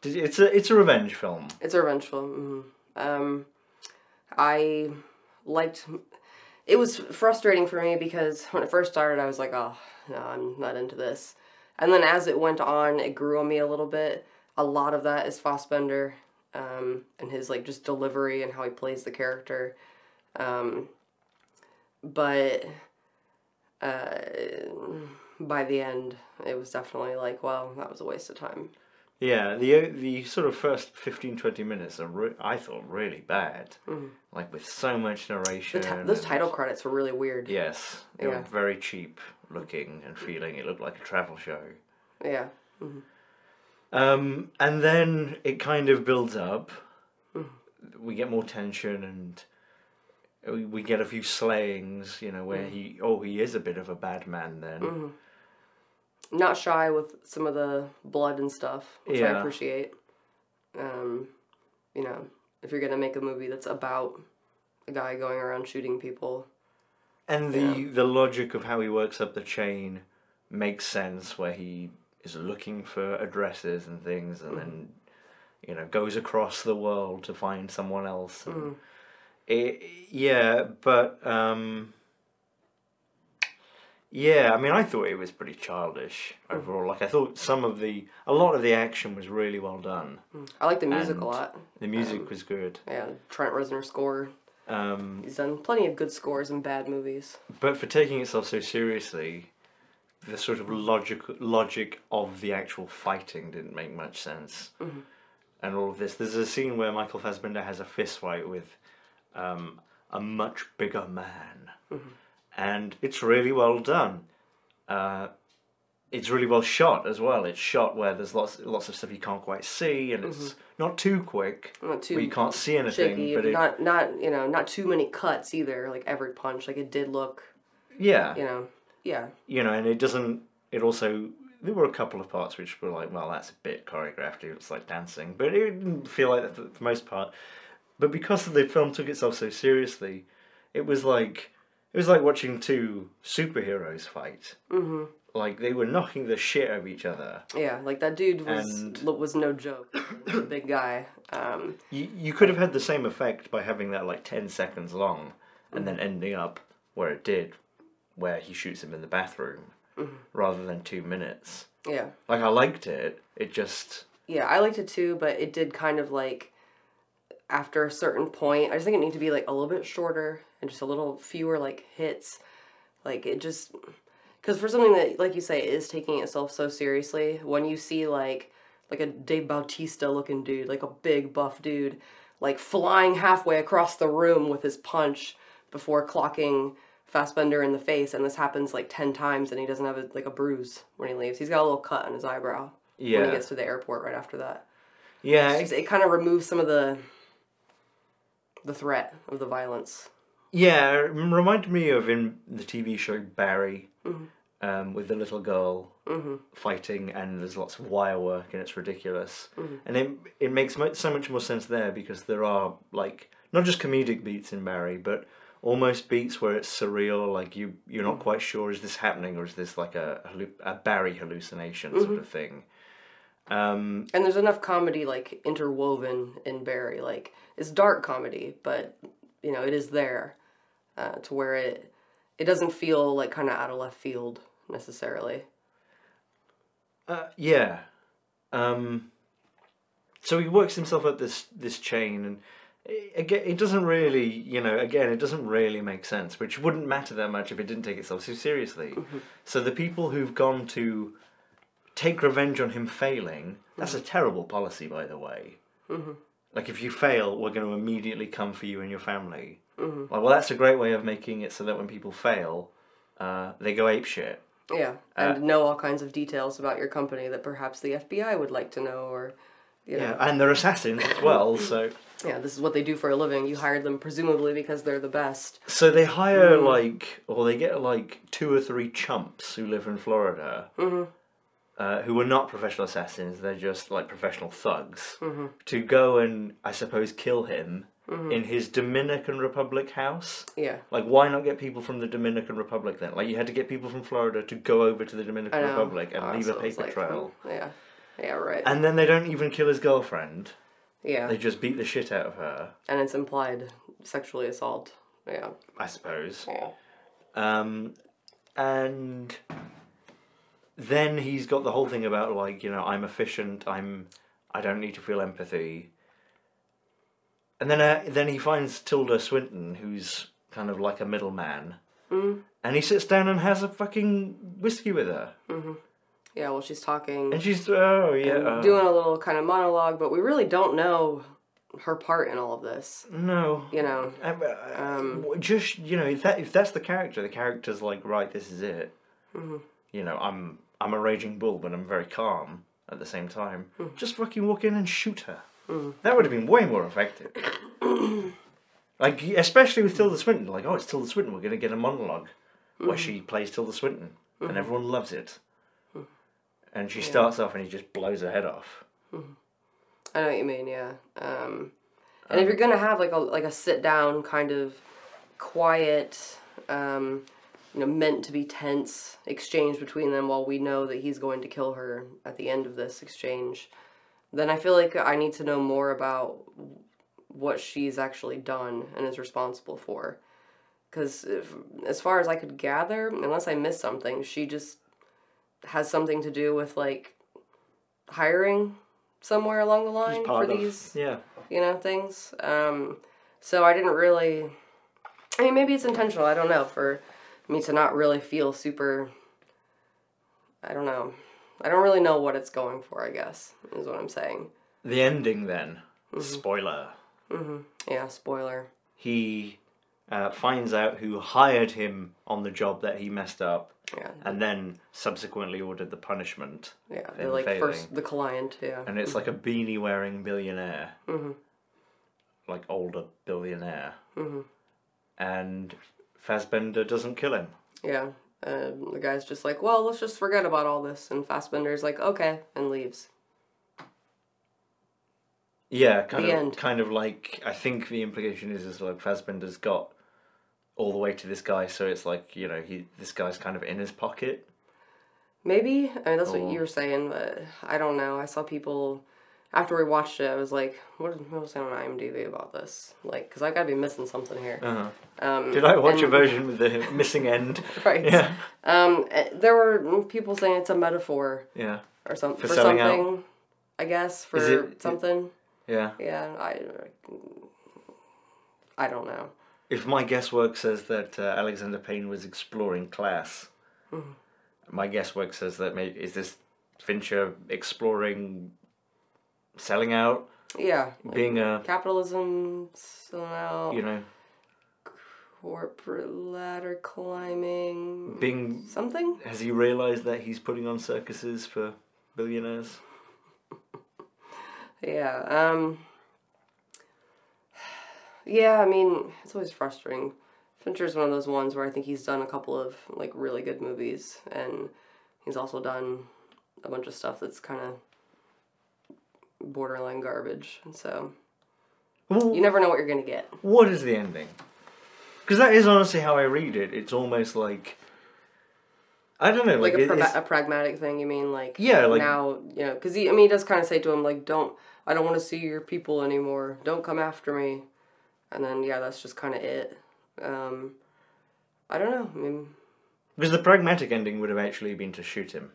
B: Did you, it's a it's a revenge film.
C: it's a revenge film. mhm. Um, I liked. It was frustrating for me because when it first started, I was like, "Oh, no, I'm not into this." And then as it went on, it grew on me a little bit. A lot of that is Fossbender um, and his like just delivery and how he plays the character. Um, but uh, by the end, it was definitely like, "Wow, that was a waste of time."
B: Yeah, the the sort of first 15, 20 minutes are re- I thought really bad, like with so much narration.
C: Mm-hmm. The ti- those
B: and-
C: title credits were really weird.
B: Yes, they
C: Yeah.
B: were very cheap looking and feeling. It looked like a travel show.
C: Yeah.
B: Um, and then it kind of builds up. We get more tension and we- we get a few slayings, you know, where he, oh, he is a bit of a bad man then.
C: Not shy with some of the blood and stuff, which I
B: Yeah.
C: appreciate. Um, you know, if you're gonna make a movie that's about a guy going around shooting people,
B: And the, the logic of how he works up the chain makes sense where he is looking for addresses and things and then you know, goes across the world to find someone else. and It, yeah, but um, yeah, I mean, I thought it was pretty childish overall. Like, I thought some of the, a lot of the action was really well done.
C: I like the music
B: And-
C: a lot.
B: The music was good.
C: Yeah, Trent Reznor score.
B: Um,
C: He's done plenty of good scores in bad movies.
B: but for taking itself so seriously, the sort of logic logic of the actual fighting didn't make much sense,
C: Mm-hmm.
B: and all of this. There's a scene where Michael Fassbender has a fist fight with um, a much bigger man,
C: Mm-hmm.
B: and it's really well done. Uh, it's really well shot as well. It's shot where there's lots lots of stuff you can't quite see, and it's not too quick.
C: Not Mm-hmm. too
B: where you can't see anything,
C: Shaky,
B: but it,
C: not not you know not too many cuts either. Like every punch, like it did look
B: yeah,
C: you know yeah
B: you know, and it doesn't. It also there were a couple of parts which were like, well, that's a bit choreographed. It looks like dancing, but it didn't feel like that for the most part. But because the film took itself so seriously, it was like it was like watching two superheroes fight. Mm-hmm. Like they were knocking the shit out of each other.
C: yeah like that dude was
B: And-
C: lo- was no joke. (coughs) He was a big guy. Um,
B: You you could have had the same effect by having that like ten seconds long, and then ending up where it did, where he shoots him in the bathroom, rather than two minutes.
C: yeah.
B: Like I liked it. It just
C: Yeah, I liked it too, but it did kind of like after a certain point. I just think it needed to be like a little bit shorter and just a little fewer like hits. Like it just because for something that like you say is taking itself so seriously, when you see like like a Dave Bautista looking dude, like a big buff dude, like flying halfway across the room with his punch before clocking Fassbender in the face, and this happens like ten times, and he doesn't have a, like a bruise when he leaves. He's got a little cut on his eyebrow when
B: Yeah.
C: he gets to the airport right after that.
B: yeah,
C: It's
B: it-
C: just- it kind of removes some of the the threat of the violence.
B: yeah. it Reminded me of in the TV show Barry, um, with the little girl fighting, and there's lots of wire work, and it's ridiculous. And it it makes mo- so much more sense there because there are like not just comedic beats in Barry, but almost beats where it's surreal. Like you you're not quite sure is this happening or is this like a hallu- a Barry hallucination sort of thing. Um,
C: And there's enough comedy like interwoven in Barry. Like it's dark comedy, but you know it is there uh, to where it it doesn't feel like kind of out of left field necessarily.
B: Uh, yeah. Um, so he works himself up this this chain, and it, again, it doesn't really, you know, again, it doesn't really make sense, which wouldn't matter that much if it didn't take itself so seriously. So the people who've gone to take revenge on him failing, that's a terrible policy, by the way. Like if you fail, we're going to immediately come for you and your family. Like, well, that's a great way of making it so that when people fail, uh, they go ape shit.
C: Yeah, and know all kinds of details about your company that perhaps the FBI would like to know, or you know,
B: Yeah, and they're assassins as well, so.
C: yeah, this is what they do for a living. You hired them presumably because they're the best.
B: So they hire
C: Hmm.
B: like, or they get like two or three chumps who live in Florida,
C: Mm-hmm.
B: uh, who are not professional assassins. They're just like professional thugs
C: Mm-hmm.
B: to go and, I suppose, kill him in his Dominican Republic house.
C: Yeah.
B: Like, why not get people from the Dominican Republic then? Like, you had to get people from Florida to go over to the Dominican
C: I know.
B: Republic and
C: Uh,
B: leave a
C: so it was
B: paper
C: like,
B: trail.
C: hmm, Yeah, yeah, right.
B: And then they don't even kill his girlfriend.
C: yeah,
B: They just beat the shit out of her,
C: and it's implied sexually assault. Yeah,
B: I suppose.
C: yeah,
B: Um, and then he's got the whole thing about like you know I'm efficient. I'm I don't need to feel empathy. And then uh, then he finds Tilda Swinton, who's kind of like a middleman, and he sits down and has a fucking whiskey with her,
C: yeah. Well, she's talking,
B: and she's oh yeah uh,
C: doing a little kind of monologue, but we really don't know her part in all of this.
B: no.
C: You know,
B: Um, uh, just you know if that if that's the character, the character's like right, this is it.
C: Mm-hmm.
B: You know, I'm I'm a raging bull, but I'm very calm at the same time.
C: Mm-hmm.
B: Just fucking walk in and shoot her. That would have been way more
C: (coughs)
B: effective. like especially with Tilda Swinton, like oh it's Tilda Swinton, we're gonna get a monolog
C: Mm-hmm.
B: where she plays Tilda Swinton, and everyone loves it.
C: Mm-hmm.
B: And she starts off and he just blows her head off.
C: I know what you mean. Yeah. Um, and if you're gonna have like a like a sit down kind of quiet, um, you know, meant to be tense exchange between them, while we know that he's going to kill her at the end of this exchange, then I feel like I need to know more about what she's actually done and is responsible for. Because as far as I could gather, unless I missed something, she just has something to do with like hiring somewhere along the line for
B: Part of-
C: these
B: yeah.
C: you know things um so i didn't really i mean maybe it's intentional i don't know for me to not really feel super i don't know i don't really know what it's going for i guess is what i'm saying
B: The ending then.
C: Mm-hmm.
B: Spoiler.
C: yeah spoiler
B: He uh, finds out who hired him on the job that he messed up,
C: yeah
B: and then subsequently ordered the punishment.
C: yeah
B: Him
C: the like
B: failing.
C: first the client yeah
B: And it's like a beanie wearing billionaire,
C: Mhm.
B: like older billionaire,
C: Mhm.
B: and Fassbender doesn't kill him.
C: yeah um, the guy's just like well let's just forget about all this and fastbender's like okay and leaves
B: Yeah, kind
C: The
B: of,
C: end.
B: kind of like I think the implication is is like Fassbender's got all the way to this guy, so it's like you know he this guy's kind of in his pocket.
C: Maybe. I mean, that's
B: Or-
C: what you were saying, but I don't know. I saw people after we watched it. I was like, "What is- what was on IMDb about this?" Like, because I gotta be missing something here. Um,
B: Did I watch a
C: and-
B: version with the missing end? (laughs)
C: (laughs) Right.
B: Uh-huh. Yeah,
C: Um, eh, there were people saying it's a metaphor
B: yeah,
C: or something
B: For
C: for,
B: selling out.
C: something. I guess for
B: it-
C: something.
B: yeah.
C: Yeah. I. I don't know.
B: If my guesswork says that uh, Alexander Payne was exploring class,
C: Hmm.
B: my guesswork says that maybe is this Fincher exploring selling out,
C: Yeah. like
B: being a
C: capitalism. So now
B: you know
C: corporate ladder climbing.
B: being
C: Something.
B: Has he realised that he's putting on circuses for billionaires?
C: Yeah. Um. Yeah, I mean, it's always frustrating. Fincher's one of those ones where I think he's done a couple of like really good movies, and he's also done a bunch of stuff that's kind of borderline garbage. And so you never know what you're gonna get.
B: What is the ending? Because that is honestly how I read it. It's almost like I don't know,
C: Like
B: like,
C: a,
B: it-
C: pra-
B: it's-
C: a pragmatic thing, you mean? Like
B: Yeah, like-
C: now, you know, because he, I mean, he does kind of say to him like, "Don't, I don't want to see your people anymore. Don't come after me." And then yeah, that's just kind of it. Um, I don't know. I mean,
B: because the pragmatic ending would have actually been to shoot him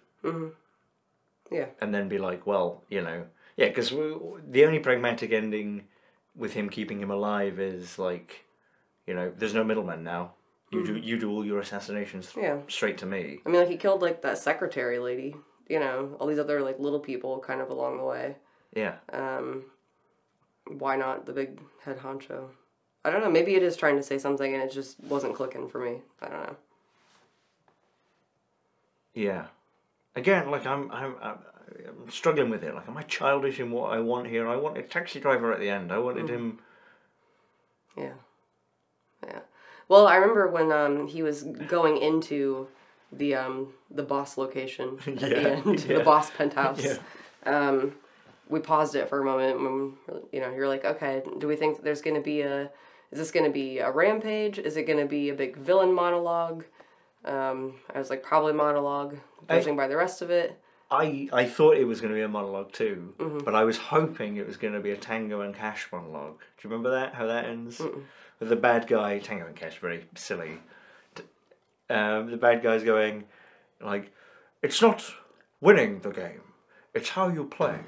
C: yeah,
B: and then be like, well, you know, yeah, because the only pragmatic ending with him keeping him alive is like, you know, there's no middleman now. You do you do all your assassinations
C: Yeah.
B: straight to me.
C: I mean, like he killed like that secretary lady. You know, all these other like little people kind of along the way.
B: Yeah,
C: Um, why not the big head honcho? I don't know. Maybe it is trying to say something, and it just wasn't clicking for me. I don't know.
B: Yeah. Again, like I'm, I'm, I'm, I'm struggling with it. Like, am I childish in what I want here? I wanted taxi driver at the end. I wanted him.
C: Yeah. Yeah. Well, I remember when um, he was going into the um, the
B: (laughs)
C: boss location at
B: Yeah,
C: the end,
B: yeah.
C: the boss penthouse.
B: Yeah.
C: Um, we paused it for a moment. When, you know, you're like, okay, do we think there's going to be a? Is this going to be a rampage? Is it going to be a big villain monologue? Um, I was like, probably monologue, judging by the rest of it.
B: I, I thought it was going to be a monologue too, but I was hoping it was going to be a Tango and Cash monologue. Do you remember that? How that ends? With the bad guy, Tango and Cash, very silly. T- Um, the bad guy's going, like, it's not winning the game, it's how you play.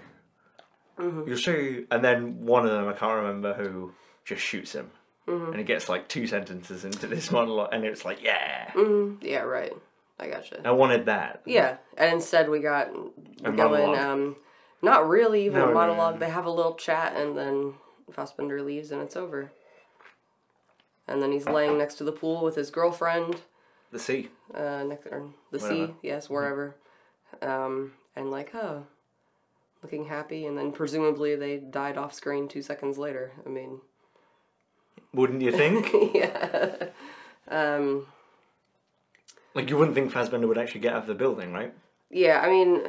B: You see, and then one of them, I can't remember who, just shoots him. And he gets like two sentences into this monologue, and it's like, yeah.
C: Mm, yeah, right. I gotcha.
B: I wanted that.
C: Yeah, and instead we got we go
B: monologue.
C: in. Um, not really even
B: No, no,
C: a monologue.
B: no.
C: They have a little chat, and then Fassbender leaves, and it's over. And then he's laying next to the pool with his girlfriend,
B: The sea.
C: uh, next or the sea,
B: Wherever.
C: yes, wherever. Um, and like, oh, looking happy, and then presumably they died off screen two seconds later. I mean,
B: Wouldn't you think?
C: yeah. um,
B: Like you wouldn't think Fassbender would actually get out of the building, right?
C: Yeah, I mean,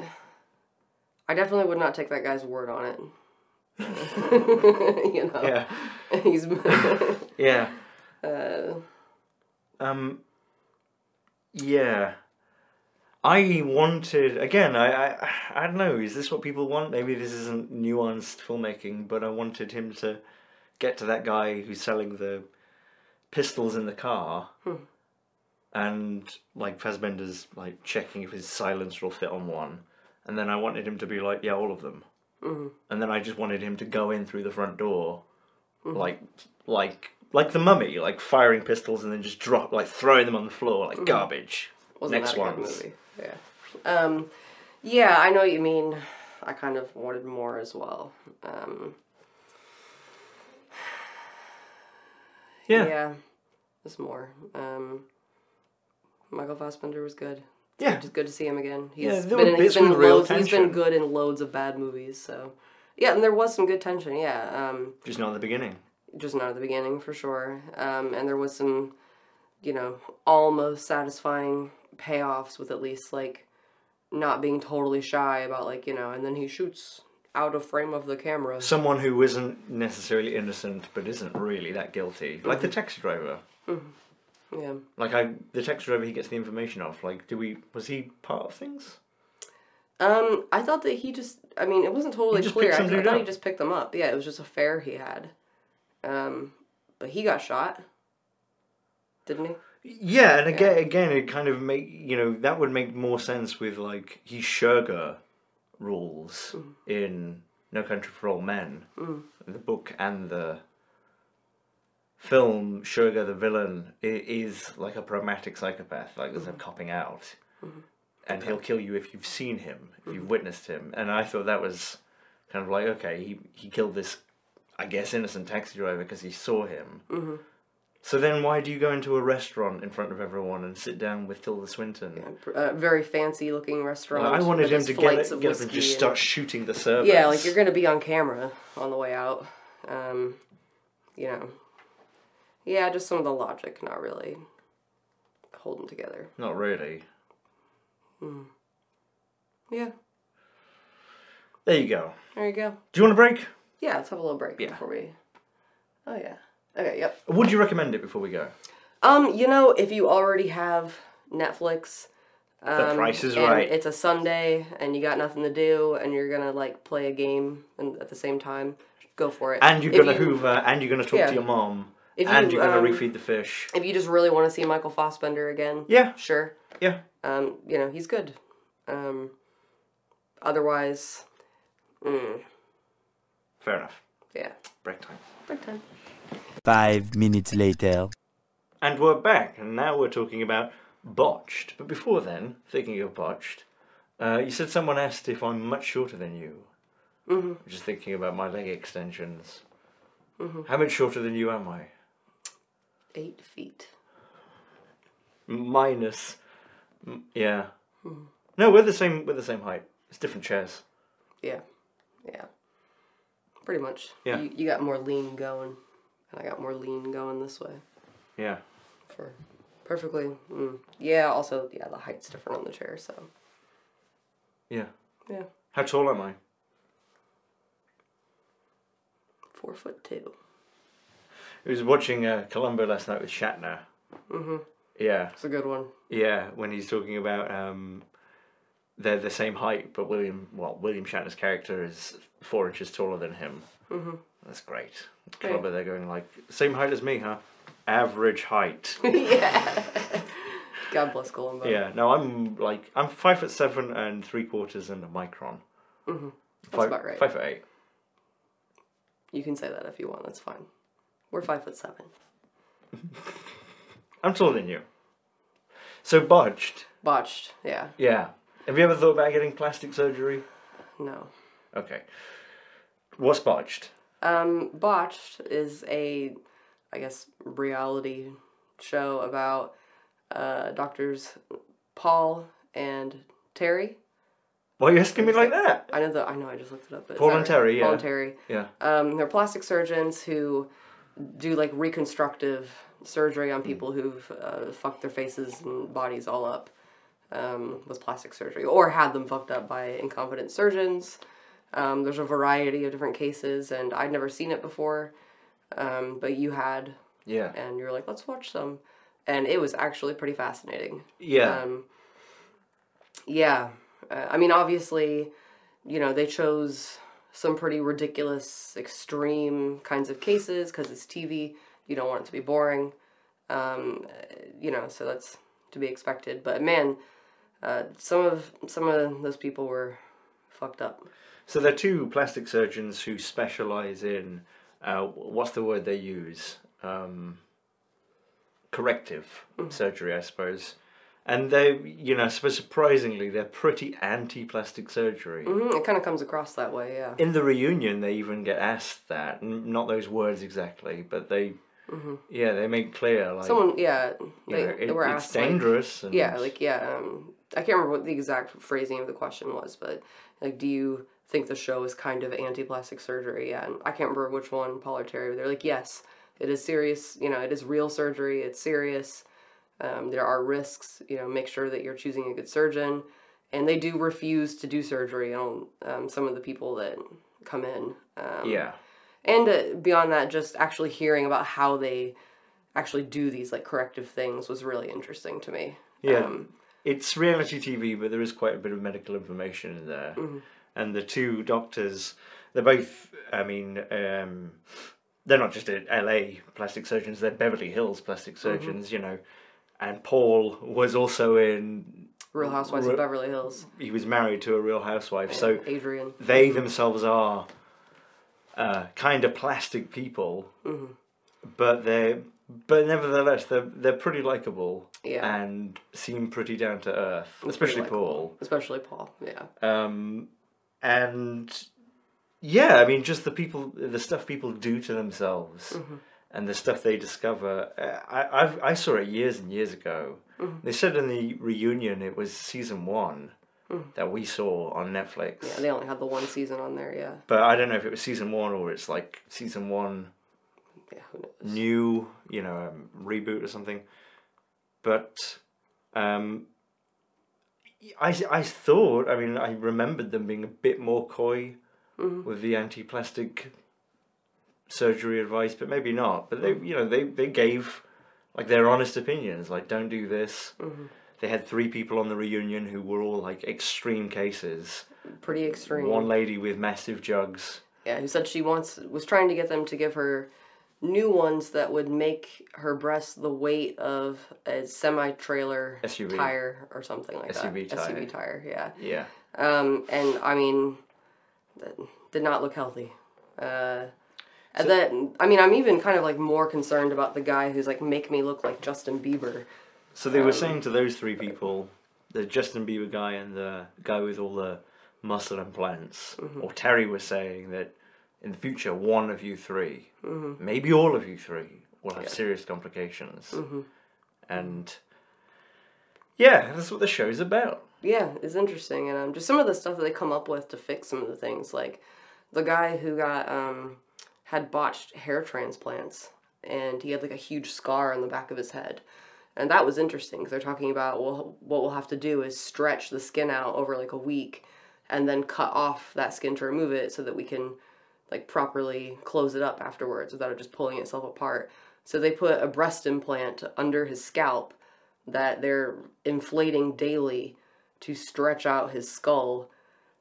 C: I definitely would not take that guy's word on
B: (laughs)
C: it. (laughs) you know,
B: Yeah.
C: he's
B: Yeah.
C: uh,
B: Um. Yeah. I I wanted again. I, I I don't know. Is this what people want? Maybe this isn't nuanced filmmaking, but I wanted him to get to that guy who's selling the pistols in the car,
C: Hmm.
B: and like Fassbender's like checking if his silencer will fit on one, and then I wanted him to be like, yeah, all of them,
C: Mm-hmm.
B: and then I just wanted him to go in through the front door,
C: Mm-hmm.
B: like like like the mummy, like firing pistols and then just drop like throwing them on the floor like garbage.
C: Mm-hmm. Wasn't
B: Next
C: that a good
B: ones.
C: movie? Yeah. Um, yeah, I know what you mean. I kind of wanted more as well. Um,
B: Yeah.
C: yeah. there's more. Um, Michael Fassbender was good.
B: Yeah.
C: Just good to see him again. He's
B: Yeah, there were
C: been, in-
B: bits
C: he's been
B: with real
C: loads, he's been
B: tension.
C: good in loads of bad movies. So yeah, and there was some good tension. Yeah. Um,
B: Just not at the beginning.
C: just not at the beginning for sure. Um, and there was some, you know, almost satisfying payoffs with at least like not being totally shy about like you know, and then he shoots out of frame of the camera.
B: Someone who isn't necessarily innocent but isn't really that guilty. Like the taxi driver.
C: Yeah,
B: Like I the taxi driver he gets the information off. Like do we was he part of things?
C: um, I thought that he just, I mean, it wasn't totally
B: He just
C: clear.
B: picked
C: I,
B: some
C: th- I
B: dude
C: thought
B: up.
C: he just picked them up. Yeah, it was just a fare he had. Um, but he got shot, didn't he?
B: Yeah, and again again it kind of make you know, that would make more sense with like he Sherger rules in No Country for Old Men. The book and the film Sugar the villain i- is like a pragmatic psychopath, like there's a copping out, and he'll kill you if you've seen him, if you've witnessed him. And I thought that was kind of like okay, he he killed this, I guess, innocent taxi driver because he saw him. So then, why do you go into a restaurant in front of everyone and sit down with Tilda Swinton?
C: A very fancy looking restaurant.
B: I wanted
C: with
B: him
C: his
B: to get,
C: flights
B: it,
C: of
B: get up and
C: whiskey
B: just
C: and-
B: start shooting the servers.
C: Yeah, like you're gonna be on camera on the way out. Um, you know. Yeah, just some of the logic, not really holding together.
B: Not really.
C: Yeah,
B: There you go.
C: there you go.
B: Do you want a break?
C: Yeah, let's have a little break
B: Yeah.
C: before we. Oh yeah. Okay. Yep.
B: Would you recommend it before we go?
C: Um, you know, if you already have Netflix, um,
B: price is
C: and
B: right.
C: It's a Sunday, and you got nothing to do, and you're gonna like play a game, and at the same time, go for it.
B: and you're
C: If
B: gonna
C: you-
B: hoover and you're gonna talk
C: Yeah.
B: to your mom
C: If
B: and
C: you,
B: you, are gonna
C: um,
B: refeed the fish
C: If you just really want to see Michael Fossbender again,
B: yeah
C: sure.
B: yeah
C: um, you know, he's good. Um, otherwise, mm,
B: fair enough
C: yeah.
B: break time
C: Break time.
E: Five minutes later.
B: and we're back and now we're talking about botched but before then thinking of botched uh, you said someone asked if i'm much shorter than you mm-hmm. just thinking about my leg extensions
C: Mm-hmm.
B: how much shorter than you am i
C: Eight feet.
B: minus mm, yeah no we're the same we're the same height it's different chairs
C: Yeah. Yeah. Pretty much.
B: Yeah.
C: You, you got more lean going, and I got more lean going this way.
B: yeah
C: For perfectly. Mm. Yeah. Also, yeah, the height's different on the chair, so
B: yeah
C: yeah,
B: how tall am i
C: four foot two.
B: I was watching uh, Columbo last night with Shatner. Mm-hmm. Yeah,
C: It's a good one.
B: yeah. When he's talking about um, they're the same height, but William, well, William Shatner's character is four inches taller than him. Mm-hmm. That's great. Columbo, they're going like same height as me, huh? Average height.
C: God bless Columbo.
B: yeah. No, I'm like I'm five foot seven and three quarters and a micron. Mm-hmm. That's five,
C: about right.
B: Five foot eight.
C: You can say that if you want. That's fine. We're five foot seven.
B: I'm taller than you. So budged.
C: Botched. Yeah.
B: Yeah. Have you ever thought about getting plastic surgery?
C: No.
B: Okay. What's botched?
C: Um, Botched is a, I guess, reality show about uh, doctors Paul and Terry.
B: Why are you asking me like that?
C: I know that I know I just looked it up. But is
B: Paul
C: that
B: and Terry,
C: Paul
B: yeah.
C: and Terry.
B: Yeah.
C: Um, they're plastic surgeons who do like reconstructive surgery on people who've uh, fucked their faces and bodies all up um, with plastic surgery or had them fucked up by incompetent surgeons. Um, there's a variety of different cases, and I'd never seen it before, um, but you had,
B: Yeah.
C: and you were like, let's watch some. And it was actually pretty fascinating.
B: Yeah.
C: Um, yeah. Uh, I mean, obviously, you know, they chose some pretty ridiculous, extreme kinds of cases because it's TV. You don't want it to be boring. Um, uh, you know, so that's to be expected. But man, uh, some of some of those people were fucked up.
B: So there are two plastic surgeons who specialize in uh, what's the word they use? Um, corrective
C: Mm.
B: surgery, I suppose. And they, you know, sp- surprisingly, they're pretty anti-plastic surgery.
C: hmm it kind of comes across that way, yeah.
B: In the reunion, they even get asked that. N- Not those words exactly, but they, yeah, they make clear like
C: Mm-hmm. Someone, yeah,
B: you
C: they,
B: know,
C: they
B: it-
C: were
B: it's
C: asked. like-
B: dangerous. and
C: yeah, like yeah. Um, I can't remember what the exact phrasing of the question was, but like, do you think the show is kind of anti-plastic surgery? Yeah, and I can't remember which one, Paul or Terry. but They're like, yes, it is serious. You know, it is real surgery. It's serious. Um, there are risks. You know, make sure that you're choosing a good surgeon. And they do refuse to do surgery on um, some of the people that come in. Um,
B: yeah,
C: and uh, beyond that just actually hearing about how they actually do these like corrective things was really interesting to me Um,
B: Yeah. it's reality TV, but there is quite a bit of medical information in there. And the two doctors, they're both, I mean, um, they're not just uh, LA plastic surgeons, they're Beverly Hills plastic surgeons, you know. And Paul was also in,
C: real housewives
B: Re-
C: of beverly hills
B: he was married to a real housewife. So
C: adrian
B: they themselves are uh, kind of plastic people, but they're but nevertheless they're they're pretty likable
C: Yeah.
B: and seem pretty down to earth, especially Paul.
C: especially paul yeah
B: Um, and yeah, I mean, just the people, the stuff people do to themselves, and the stuff they discover. Uh, I I've, I saw it years and years ago. They said in the reunion it was season one that we saw on Netflix.
C: yeah they only had the one season on there yeah
B: But I don't know if it was season one or it's like season one
C: yeah who knows
B: new, you know, um, reboot or something. But um, I, I thought, I mean, I remembered them being a bit more coy with the anti plastic surgery advice, but maybe not. But they, you know, they, they gave like their honest opinions, like, don't do this. They had three people on the reunion who were all like extreme cases.
C: pretty extreme
B: One lady with massive jugs.
C: yeah who said she wants was trying to get them to give her new ones that would make her breast the weight of a semi trailer
B: SUV.
C: tire or something like
B: SUV
C: that
B: tire.
C: SUV tire yeah
B: Yeah.
C: Um, and I mean, that did not look healthy. Uh, and then, I mean, I'm even kind of like more concerned about the guy who's like, make me look like Justin Bieber.
B: So they were saying to those three people, the Justin Bieber guy and the guy with all the muscle implants,
C: Mm-hmm.
B: or Terry was saying that in the future, one of you 3
C: Mm-hmm.
B: maybe all of you three, will have serious complications.
C: Mm-hmm.
B: And yeah, that's what the show's about.
C: Yeah, it's interesting. And um, just some of the stuff that they come up with to fix some of the things. Like the guy who got, um, had botched hair transplants and he had like a huge scar on the back of his head. And that was interesting because they're talking about, well, what we'll have to do is stretch the skin out over like a week and then cut off that skin to remove it so that we can like properly close it up afterwards without it just pulling itself apart. So they put a breast implant under his scalp that they're inflating daily to stretch out his skull.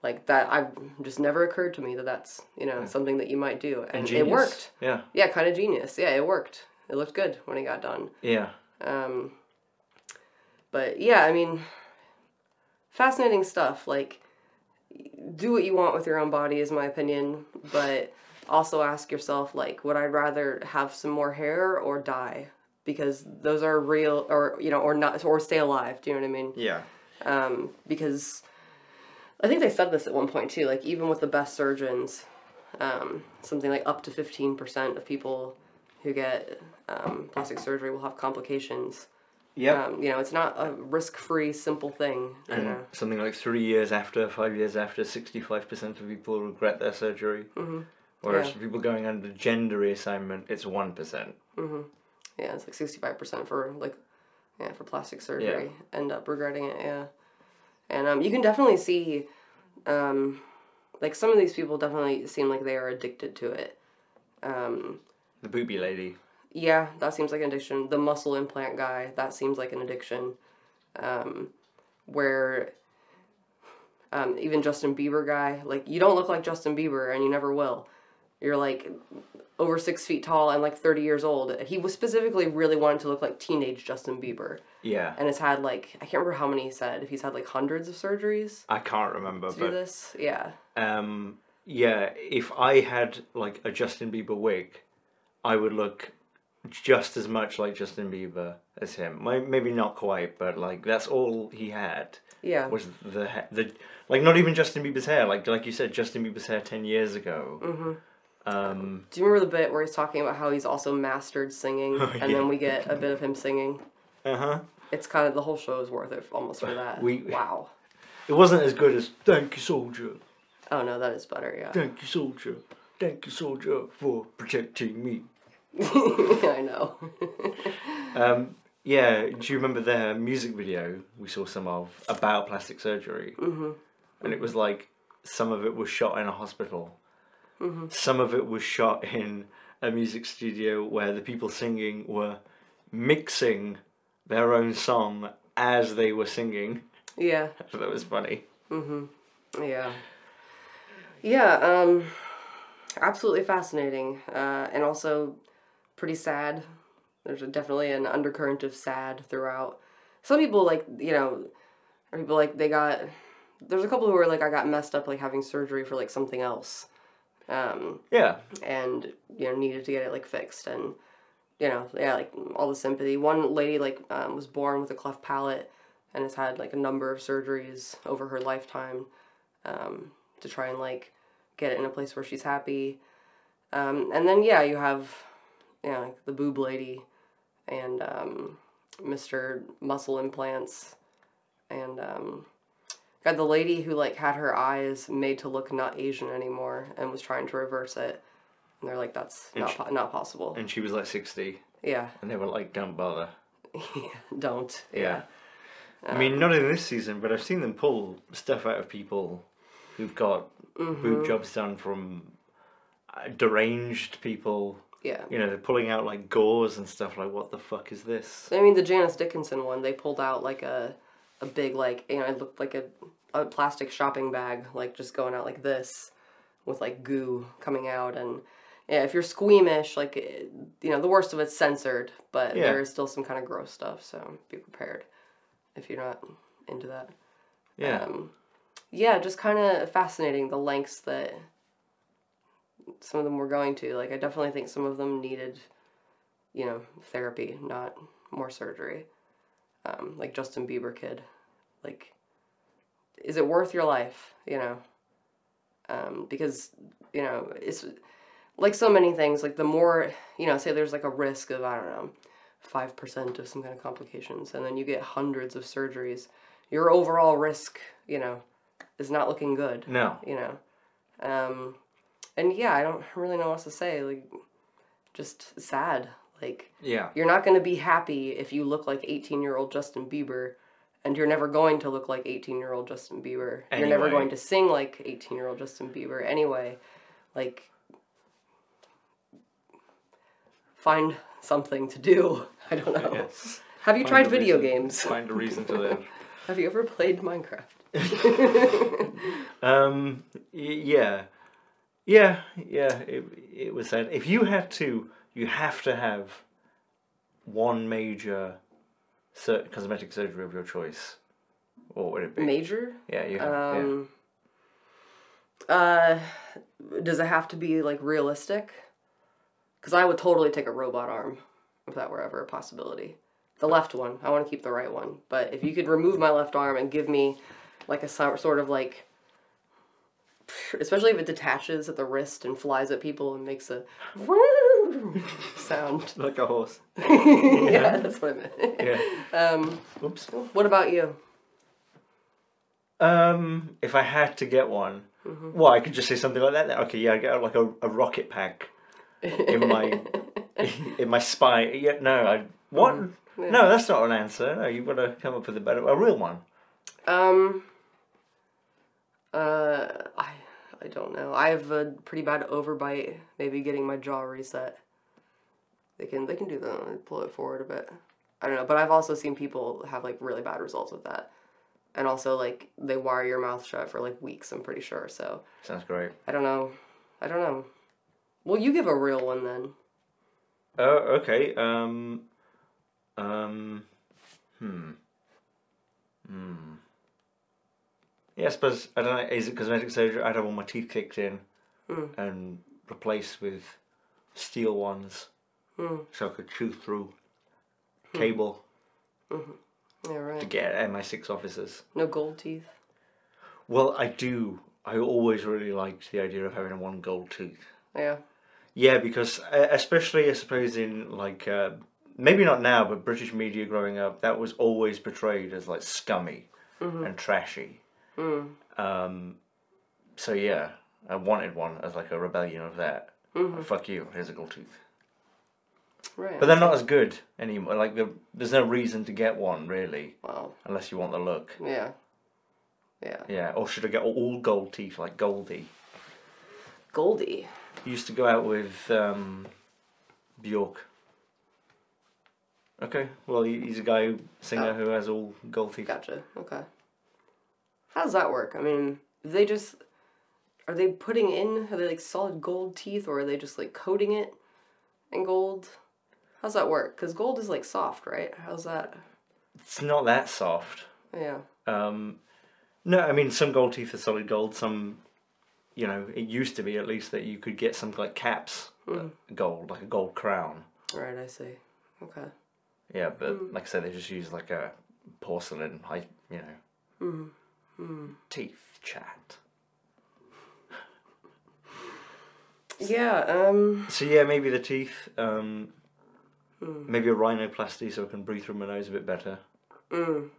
C: Like that, I've just never occurred to me that that's you know something that you might do, and it
B: Genius.
C: worked.
B: Yeah,
C: Yeah, kind of genius. Yeah, it worked. It looked good when it got done.
B: yeah.
C: Um, but yeah, I mean, fascinating stuff. Like, do what you want with your own body is my opinion, but also ask yourself, like, would I rather have some more hair or die? Because those are real, or you know, or not, or stay alive. Do you know what I mean?
B: Yeah.
C: um, because I think they said this at one point too. Like even with the best surgeons, um, something like up to fifteen percent of people who get um, plastic surgery will have complications.
B: Yep.
C: Um, you know, it's not a risk-free, simple thing. You know.
B: Something like three years after, five years after, 65% of people regret their surgery. Mm-hmm. Whereas
C: Yeah.
B: for people going under gender reassignment, it's 1%.
C: Yeah, it's like sixty-five percent for like, yeah, for plastic surgery. End up regretting it. Yeah, and um, you can definitely see, um, like some of these people definitely seem like they are addicted to it. Um,
B: The booby lady.
C: Yeah, that seems like an addiction. The muscle implant guy, that seems like an addiction. Um, where um, even Justin Bieber guy. Like you don't look like Justin Bieber, and you never will. You're like over six feet tall and like 30 years old. He was specifically really wanted to look like teenage Justin Bieber,
B: Yeah.
C: and has had like I can't remember how many he said. If he's had like hundreds of surgeries
B: I can't remember,
C: to do
B: but
C: this, yeah.
B: um, yeah, if I had like a Justin Bieber wig, I would look just as much like Justin Bieber as him. May- Maybe not quite, but like that's all he had.
C: Yeah.
B: Was the ha- the like not even Justin Bieber's hair? Like like you said, Justin Bieber's hair ten years ago.
C: Mm-hmm.
B: Um,
C: Do you remember the bit where he's talking about how he's also mastered singing, and then we get a bit of him singing?
B: uh huh.
C: It's kind of the whole show is worth it almost for that.
B: We-
C: wow.
B: It wasn't as good as "Thank You, Soldier."
C: Oh no, that is better.
B: (laughs)
C: Yeah, (laughs)
B: Thank you, soldier. Thank you, soldier, for protecting me.
C: I know. (laughs)
B: Um, yeah, do you remember their music video we saw some of about plastic surgery? Mm-hmm. And it was like some of it was shot in a hospital, some of it was shot in a music studio where the people singing were mixing their own song as they were singing. (laughs)
C: yeah,
B: That was funny.
C: yeah, yeah. Um, absolutely fascinating, uh, and also pretty sad. There's a, definitely an undercurrent of sad throughout. Some people like you know, are people like they got. There's a couple who were like I got messed up like having surgery for like something else. Um,
B: Yeah.
C: and you know needed to get it like fixed and you know yeah like all the sympathy one lady like um, was born with a cleft palate and has had like a number of surgeries over her lifetime um, to try and like get it in a place where she's happy um, and then yeah you have you know like the boob lady and um, mr muscle implants and um, got the lady who like had her eyes made to look not asian anymore and was trying to reverse it and they're like that's not, po- not possible
B: And she was like 60,
C: yeah
B: and they were like, don't bother.
C: don't
B: Yeah. I mean, not in this season, but I've seen them pull stuff out of people who've got
C: Mm-hmm.
B: boob jobs done from uh, deranged people.
C: yeah,
B: You know, they're pulling out like gauze and stuff. Like, what the fuck is this?
C: I mean the Janice Dickinson one, they pulled out like a a big like you know, it looked like a, a plastic shopping bag, like just going out like this with like goo coming out and yeah, if you're squeamish, like it- you know, the worst of it's censored, but
B: Yeah.
C: there is still some kind of gross stuff, so be prepared if you're not into that.
B: Yeah.
C: Um, yeah, just kind of fascinating the lengths that some of them were going to. Like, I definitely think some of them needed, you know, therapy, not more surgery. Um, like Justin Bieber kid, like, is it worth your life? You know, um, because you know it's like so many things. Like the more you know, say there's like a risk of I don't know, five percent of some kind of complications, and then you get hundreds of surgeries. Your overall risk, you know, is not looking good
B: no.
C: you know. Um, and yeah, I don't really know what else to say. Like, just sad. Like,
B: Yeah.
C: you're not going to be happy if you look like 18 year old Justin Bieber, and you're never going to look like 18 year old Justin Bieber. You're never
B: Anyway.
C: going to sing like 18 year old Justin Bieber anyway. Like, find something to do. (laughs) I don't know.
B: Yes.
C: Have you tried
B: Find a
C: video
B: reason-
C: games?
B: Find a reason to live.
C: Have you ever played Minecraft?
B: Um, y- yeah, yeah, yeah. It it was sad. If you had to, you have to have one major sur- cosmetic surgery of your choice. What would it be?
C: Major?
B: yeah, you. Have, yeah.
C: Um, uh, does it have to be like realistic? Because I would totally take a robot arm if that were ever a possibility. The left one. I want to keep the right one. But if you could remove my left arm and give me like a so- sort of like, (sighs) especially if it detaches at the wrist and flies at people and makes a (laughs) sound.
B: Like a horse.
C: yeah, (laughs) that's what I meant.
B: Yeah.
C: Um,
B: Oops.
C: what about you?
B: Um, if I had to get one, well, I could just say something like that. Okay, yeah, I get like a, a rocket pack in my in my spine. Yeah, no, I what? No, that's not an answer. No, you've got to come up with a better, a real one.
C: Um. Uh, I I don't know. I have a pretty bad overbite. Maybe getting my jaw reset. They can they can do that. They pull it forward a bit. I don't know, but I've also seen people have like really bad results with that. and also like they wire your mouth shut for like weeks. I'm pretty sure. So
B: Sounds great.
C: I don't know. I don't know. Well, you give a real one then.
B: Oh, okay. Um, um, hmm, hmm. Yeah, I suppose I don't know. Is it cosmetic surgery? I'd have all my teeth kicked in
C: Mm.
B: and replaced with steel ones,
C: Hmm.
B: so I could chew through cable
C: Yeah, right.
B: to get at MI6 officers.
C: No gold teeth.
B: Well, I do. I always really liked the idea of having a one gold tooth.
C: Yeah.
B: Yeah, because uh, especially I suppose in like uh, maybe not now, but British media growing up, that was always portrayed as like scummy and trashy. Um, so yeah, I wanted one as like a rebellion of that. Like, fuck you, here's a gold tooth.
C: Right.
B: But they're not as good anymore. Like the- there's no reason to get one really,
C: wow.
B: unless you want the look.
C: Yeah. Yeah.
B: Yeah, or should I get all gold teeth like Goldie?
C: Goldie.
B: He used to go out with um, Bjork. Okay, well, he, he's a guy, who- singer who has all gold teeth.
C: Gotcha. Okay. How does that work? I mean, they just are they putting in are they like solid gold teeth or are they just like coating it in gold? How's that work? Because gold is like soft, right? How's that?
B: It's not that soft.
C: Yeah.
B: Um, no, I mean, some gold teeth are solid gold, some, you know, it used to be at least that you could get some like caps, uh, gold, like a gold crown.
C: Right. I see. Okay.
B: Yeah, but like I said, they just use like a porcelain, I, you know, teeth chat.
C: Yeah. Um.
B: So yeah, maybe the teeth. Um, Maybe a rhinoplasty so I can breathe through my nose a bit better.
C: mm,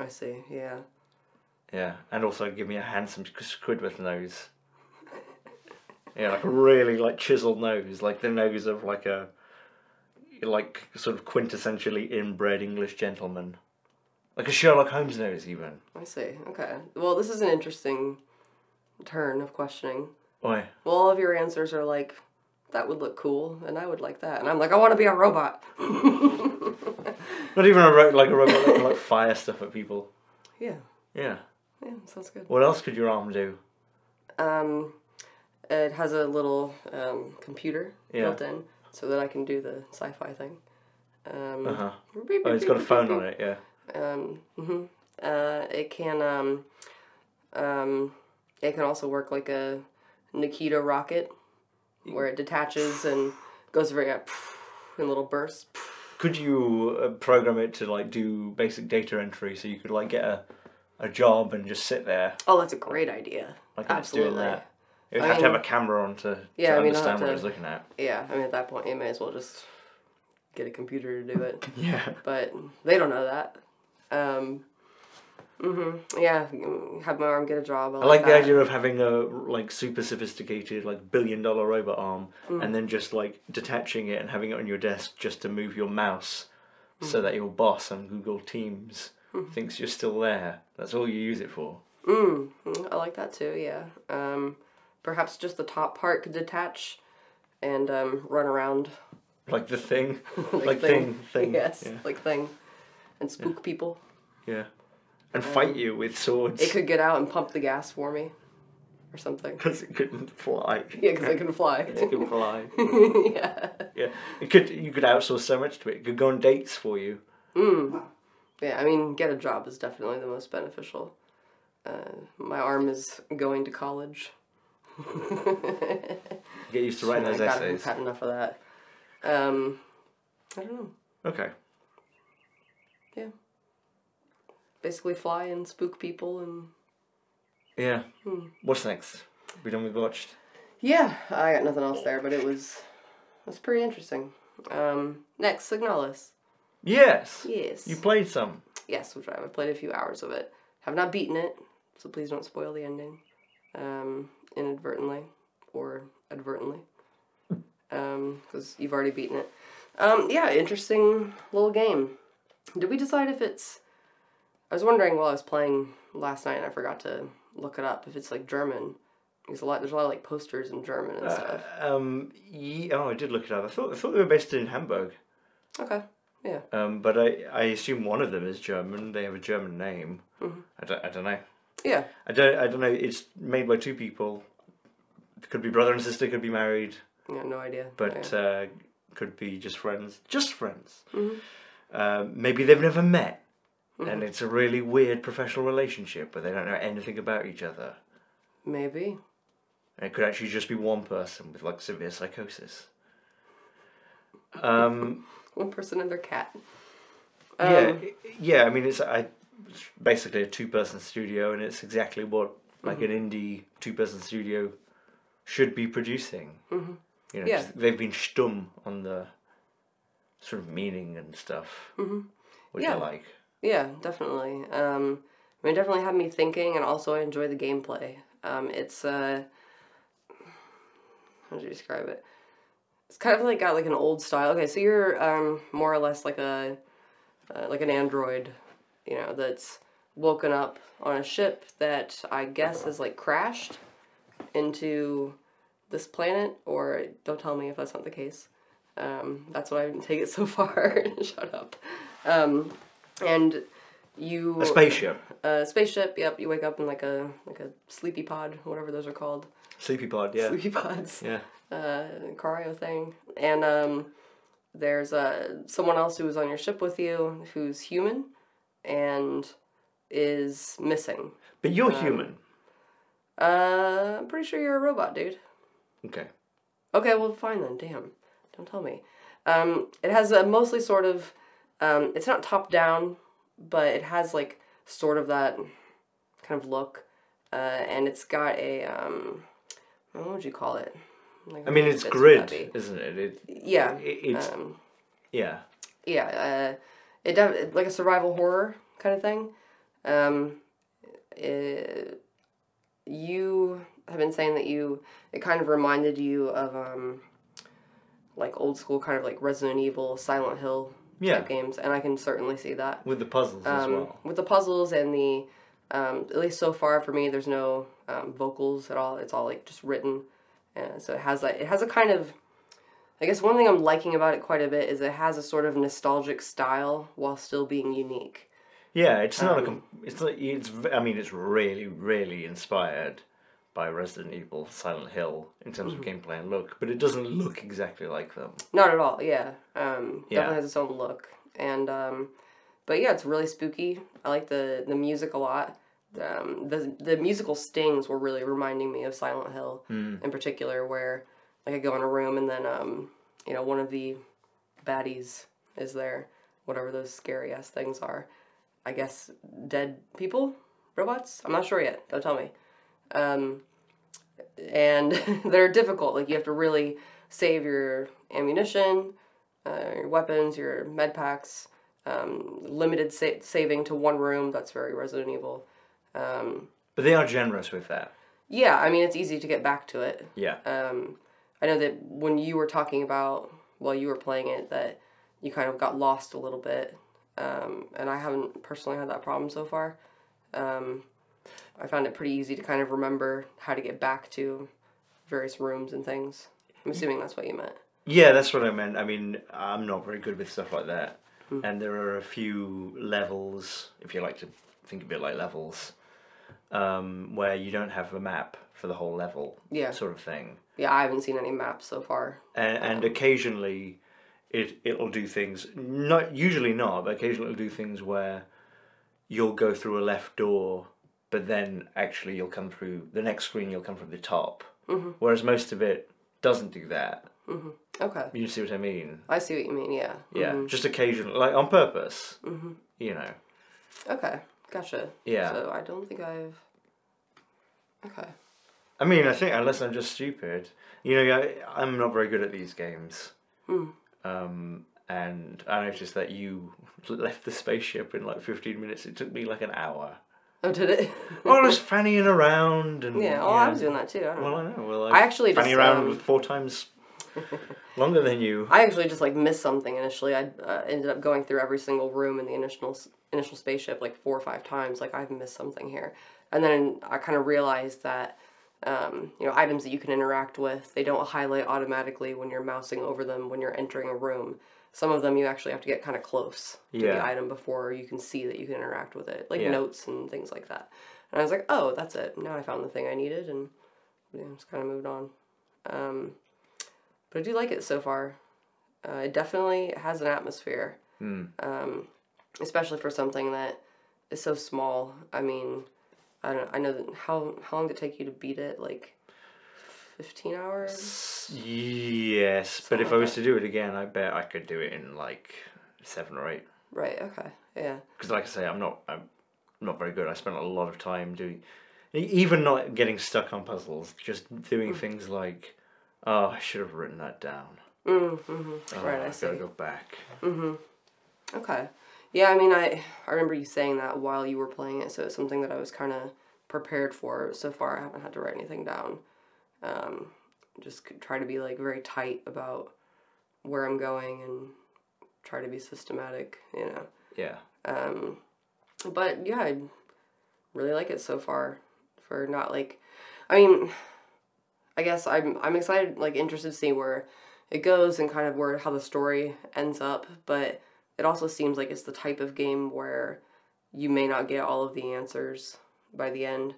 C: I see. Yeah.
B: Yeah, and also give me a handsome Squidward nose. yeah, like a really like chiseled nose, like the nose of like a like sort of quintessentially inbred English gentleman, like a Sherlock Holmes nose even.
C: I see. Okay. Well, this is an interesting turn of questioning.
B: Why?
C: Well, all of your answers are like, that would look cool, and I would like that, and I'm like, I want to be a robot.
B: Not even a ro- like a robot that can like fire stuff at people.
C: Yeah.
B: Yeah.
C: Yeah. Sounds good.
B: What else could your arm do?
C: Um, it has a little um, computer
B: Yeah.
C: built in so that I can do the sci-fi thing. Um,
B: Uh huh.
C: beep,
B: Oh,
C: beep,
B: it's got a
C: beep,
B: phone
C: beep,
B: on it. Yeah.
C: beep. Um, hmm uh, it can. Um, um, it can also work like a Nikita rocket, where it detaches and goes very uh, in little bursts.
B: Could you uh, program it to like do basic data entry so you could like get a, a job and just sit there
C: Oh, that's a great idea.
B: like it's doing
C: Absolutely.
B: that? It would
C: I
B: have to have
C: mean-
B: a camera on to,
C: Yeah,
B: to
C: I mean, I'll
B: understand
C: have
B: what
C: to-
B: it was looking at.
C: Yeah, I mean at that point you may as well just get a computer to do it.
B: Yeah.
C: but they don't know that. Um, hmm yeah, mm, have my arm get a job.
B: I like the
C: that.
B: idea of having a like super sophisticated like billion dollar robot arm
C: Mm.
B: and then just like detaching it and having it on your desk just to move your mouse
C: Mm.
B: so that your boss on Google Teams
C: Mm-hmm.
B: thinks you're still there. That's all you use it for.
C: Mm, mm, I like that too. Yeah. Um, perhaps just the top part could detach and um, run around
B: Like the
C: (laughs)
B: thing. like, thing. thing.
C: Yes,
B: Mm, Yeah.
C: like thing, and spook people.
B: Yeah. And fight you with swords. (laughs)
C: Um, It could get out and pump the gas for me, or something. (laughs)
B: Because it couldn't fly.
C: Yeah, because I can fly. (laughs)
B: It could fly.
C: yeah.
B: yeah. It could you could outsource so much to it. It could go on dates for you.
C: Yeah, I mean, get a job is definitely the most beneficial. Uh, my arm is going to college.
B: Get used to writing
C: I
B: those
C: got,
B: essays.
C: had enough of that. Um, I don't know.
B: Okay.
C: Yeah. Basically, fly and spook people, and
B: Yeah.
C: Hmm.
B: What's next? We done with watched?
C: yeah, I got nothing else there. But it was it was pretty interesting. Um, next, Signalis.
B: Yes.
C: Yes.
B: You played some.
C: yes, which I have played a few hours of it. Have not beaten it, so please don't spoil the ending, um, inadvertently or advertently, because you've already beaten it. Um, yeah, interesting little game. Did we decide if it's? I was wondering while I was playing last night, and I forgot to look it up if it's like German. There's a lot. There's a lot of like posters in German and stuff.
B: Um. Ye- oh, I did look it up. I thought I thought they were based in Hamburg.
C: Okay. Yeah.
B: Um, but I, I assume one of them is German. They have a German name.
C: Mm-hmm.
B: I, don't, I don't know.
C: Yeah.
B: I don't, I don't know. It's made by two people. Could be brother and sister, could be married,
C: Yeah, no idea.
B: but
C: yeah. Mm-hmm.
B: uh, could be just friends. Just friends. Um, maybe they've never met. And it's a really weird professional relationship where they don't know anything about each other.
C: maybe.
B: And it could actually just be one person with like severe psychosis. Um,
C: One person and their cat. Oh.
B: yeah, yeah. I mean, it's I it's basically a two-person studio, and it's exactly what like
C: Mm-hmm.
B: an indie two-person studio should be producing. Mm-hmm. You know,
C: Yeah.
B: 'cause they've been stum on the sort of meaning and stuff, mm-hmm. which
C: Yeah.
B: I like.
C: Yeah, definitely. Um, I mean, it definitely had me thinking, and also I enjoy the gameplay. Um, it's uh, how do you describe it? It's kind of like got like an old style. Okay, so you're um, more or less like a uh, like an android, you know, that's woken up on a ship that I guess has like crashed into this planet, or don't tell me if that's not the case. Um, that's what I (laughs) take it so far. (laughs) Shut up. Um, and you
B: A spaceship,
C: uh, spaceship. Yep, you wake up in like a like a sleepy pod, whatever those are called, (laughs)
B: sleepy pod, yeah,
C: sleepy pods,
B: yeah.
C: uh, (laughs) Cario thing. And um, there's uh, someone else who was on your ship with you who's human, and is missing.
B: But you're
C: Um,
B: human,
C: Uh, I'm pretty sure you're a robot, dude.
B: okay?
C: Okay, well, fine then. Damn, don't tell me. Um, it has a mostly sort of, um, it's not top down, but it has like sort of that kind of look, uh, and it's got a um, what would you call it? Like,
B: I mean,
C: how
B: it's
C: fits would that
B: grid,
C: be?
B: isn't it? It,
C: Yeah,
B: it it's
C: um,
B: yeah.
C: yeah. Uh, it def- like a survival horror kind of thing. Um, it, you have been saying that you it kind of reminded you of um, like old school kind of like Resident Evil, Silent Hill
B: Yeah.
C: type games, and I can certainly see that
B: With the puzzles as
C: um,
B: well.
C: with the puzzles and the um, at least so far for me there's no um, vocals at all it's all like just written and so it has that it has a kind of i guess one thing i'm liking about it quite a bit is it has a sort of nostalgic style while still being unique
B: Yeah, it's
C: um,
B: not a. Com- it's not. It's. v- I mean, it's really, really inspired by Resident Evil, Silent Hill in terms of
C: Mm-hmm.
B: gameplay and look, but it doesn't look exactly like them.
C: not at all yeah um,
B: Yeah.
C: definitely has its own look and um, but yeah it's really spooky i like the the music a lot um, the the musical stings were really reminding me of Silent Hill in particular, where like I go in a room and then um, you know one of the baddies is there, whatever those scary ass things are. I guess dead people, robots. I'm not sure yet. Don't tell me. Um, and (laughs) they're difficult. Like you have to really save your ammunition, uh, your weapons, your med packs. Um, limited sa- saving to one room. That's very Resident Evil. Um,
B: But they are generous with that.
C: yeah, I mean, it's easy to get back to it.
B: Yeah.
C: Um, I know that when you were talking about while you were playing it, that you kind of got lost a little bit. Um, and I haven't personally had that problem so far. Um, I found it pretty easy to kind of remember how to get back to various rooms and things. I'm assuming that's what you meant.
B: yeah, that's what I meant. I mean, I'm not very good with stuff like that, and there are a few levels, if you like to think of it like levels, um, where you don't have a map for the whole level.
C: Yeah.
B: Sort of thing.
C: Yeah, I haven't seen any maps so far.
B: and, and occasionally it it'll do things not usually not but occasionally it'll do things where you'll go through a left door but then actually you'll come through the next screen you'll come from the top whereas most of it doesn't do that
C: Okay.
B: you see what i mean
C: I see what you mean, yeah.
B: yeah just occasionally like on purpose
C: Mm-hmm.
B: you know
C: Okay, gotcha.
B: Yeah.
C: So I don't think I've. Okay.
B: i mean i think unless i'm just stupid you know I, i'm not very good at these games
C: Mm.
B: um and I noticed that you (laughs) left the spaceship in like 15 minutes. It took me like an
C: (laughs)
B: hour.
C: Oh, did it?
B: Well, I was fannying around and
C: Yeah, well, I was doing that too. I don't
B: Well,
C: know.
B: I know. Well,
C: I actually
B: fanny
C: just,
B: around
C: um,
B: was four times
C: (laughs)
B: longer than you.
C: I actually just like missed something initially. I uh, ended up going through every single room in the initial s- initial spaceship like four or five times. Like I've missed something here, and then I kind of realized that um, you know items that you can interact with they don't highlight automatically when you're mousing over them when you're entering a room. Some of them you actually have to get kind of close to the
B: Yeah.
C: item before you can see that you can interact with it, like
B: Yeah.
C: notes and things like that. And I was like, oh, that's it. Now I found the thing I needed, and yeah, just kind of moved on. Um, but I do like it so far. Uh, it definitely has an atmosphere, um, especially for something that is so small. I mean, I don't. I know that how how long did it take you to beat it? Like fifteen hours.
B: Yes, but if I was to do it again, I bet I could do it in like seven or eight.
C: Right. Okay. Yeah.
B: Because, like I say, I'm not I'm not very good. I spent a lot of time doing, e- even not getting stuck on puzzles, just doing things like, oh, I should have written that down.
C: Mm-hmm.
B: Oh,
C: right.
B: I,
C: I
B: gotta
C: see.
B: go back.
C: Okay. Yeah, I mean, I I remember you saying that while you were playing it, so it's something that I was kind of prepared for. So far, I haven't had to write anything down. Um, just c- try to be like very tight about where I'm going and try to be systematic, you know.
B: Yeah.
C: Um, but yeah, I really like it so far. For not like, I mean, I guess I'm I'm excited, like interested to see where it goes and kind of where how the story ends up. But it also seems like it's the type of game where you may not get all of the answers by the end.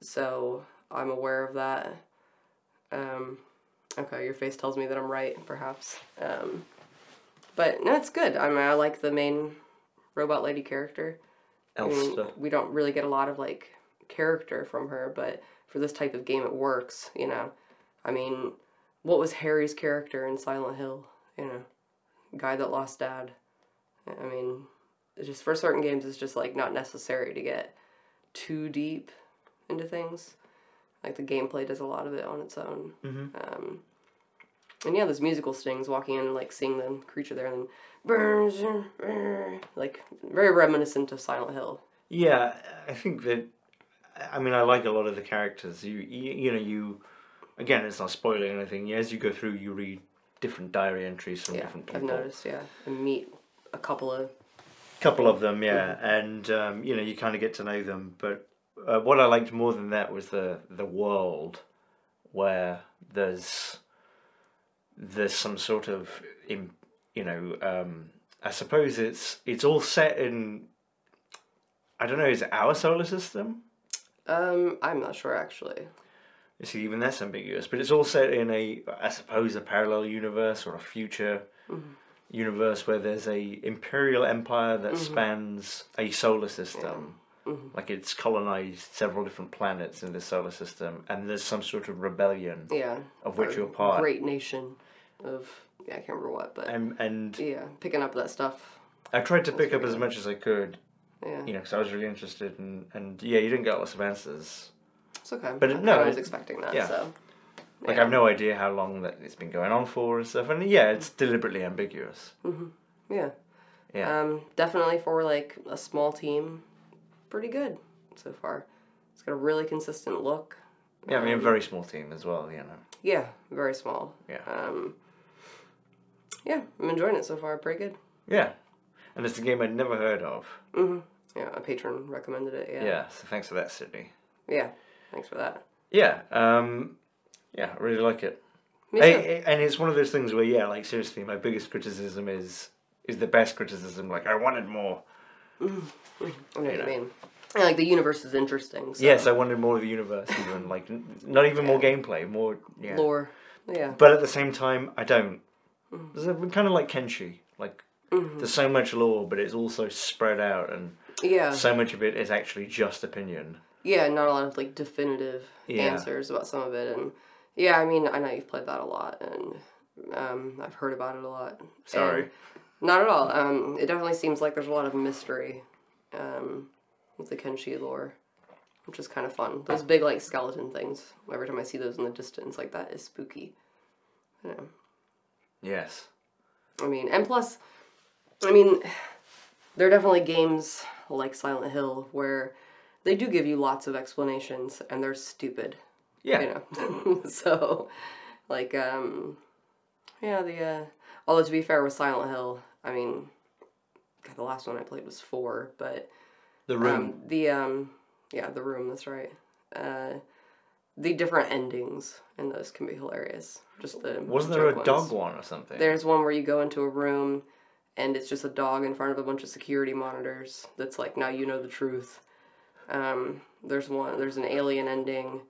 C: So I'm aware of that. Um, okay, your face tells me that I'm right, perhaps. Um, but no, it's good. I mean, I like the main robot lady character. I mean,
B: Elster.
C: we don't really get a lot of like character from her, but for this type of game, it works. You know, I mean, what was Harry's character in Silent Hill? You know, guy that lost dad. I mean, it's just for certain games, it's just like not necessary to get too deep into things. Like the gameplay does a lot of it on its own. Um, and yeah, those musical stings walking in and like seeing the creature there and then like very reminiscent of Silent Hill.
B: Yeah, I think that. I mean, I like a lot of the characters. You, you, you know, you. Again, it's not spoiling anything. As you go through, you read different diary entries from
C: Yeah,
B: different
C: I've
B: people.
C: noticed. Yeah, and meet a couple of
B: couple of them, yeah, and um, you know, you kind of get to know them. But uh, what I liked more than that was the the world where there's there's some sort of im you know um, I suppose it's it's all set in I don't know is it our solar system?
C: um, I'm not sure actually.
B: You see, even that's ambiguous, but it's all set in a, I suppose, a parallel universe or a future universe where there's a imperial empire that spans a solar system. Like it's colonized several different planets in the solar system, and there's some sort of rebellion
C: Yeah,
B: of which
C: our
B: you're part.
C: Great nation of yeah, I can't remember what, but
B: And, and
C: yeah, picking up that stuff.
B: I tried to pick up as much as I could,
C: Yeah,
B: you know, because I was really interested, and, and yeah, you didn't get lots of answers.
C: it's okay.
B: But
C: I,
B: it- no,
C: I was
B: it-
C: expecting that.
B: yeah.
C: So
B: Like I've no idea how long that it's been going on for and stuff, and yeah, it's deliberately ambiguous.
C: yeah,
B: Yeah.
C: um, definitely for like a small team, pretty good so far. It's got a really consistent look.
B: Yeah, I mean, a very small team as well, you know.
C: Yeah, very small.
B: Yeah.
C: Um, yeah, I'm enjoying it so far. Pretty good.
B: yeah. And it's a game I'd never heard of.
C: Yeah, a patron recommended it.
B: Yeah, so thanks for that, Sydney.
C: Yeah, thanks for that.
B: Yeah, um, yeah, I really like it.
C: Me
B: I-
C: too.
B: I- and it's one of those things where, yeah, like, seriously, my biggest criticism is is the best criticism. Like, I wanted more.
C: I know what you mean. And, like the universe is interesting. So
B: Yes, I wanted more of the (laughs) universe, even. Like, n- not even more gameplay, more. Yeah.
C: Lore. Yeah.
B: But at the same time, I don't.
C: Mm.
B: It's kind of like Kenshi. Like,
C: Mm-hmm.
B: there's so much lore, but it's also spread out, and
C: yeah.
B: so much of it is actually just opinion.
C: yeah. Not a lot of like definitive
B: Yeah.
C: answers about some of it, and yeah, I mean, I know you've played that a lot, and um, I've heard about it a lot.
B: Sorry.
C: And- not at all. Um, it definitely seems like there's a lot of mystery, um, with the Kenshi lore, which is kind of fun. Those big like skeleton things. Every time I see those in the distance, like that is spooky. You know.
B: Yes.
C: I mean, and plus, I mean, there are definitely games like Silent Hill where they do give you lots of explanations and they're stupid,
B: Yeah.
C: you know. (laughs) so, like, um, yeah, the, uh, although to be fair with Silent Hill, I mean, God, the last one I played was four, but
B: The room.
C: um, the um yeah the room that's right uh the different endings in those can be hilarious just the
B: Wasn't there a
C: joke ones.
B: dog one or something?
C: there's one where you go into a room and it's just a dog in front of a bunch of security monitors that's like now you know the truth um, there's one there's an alien ending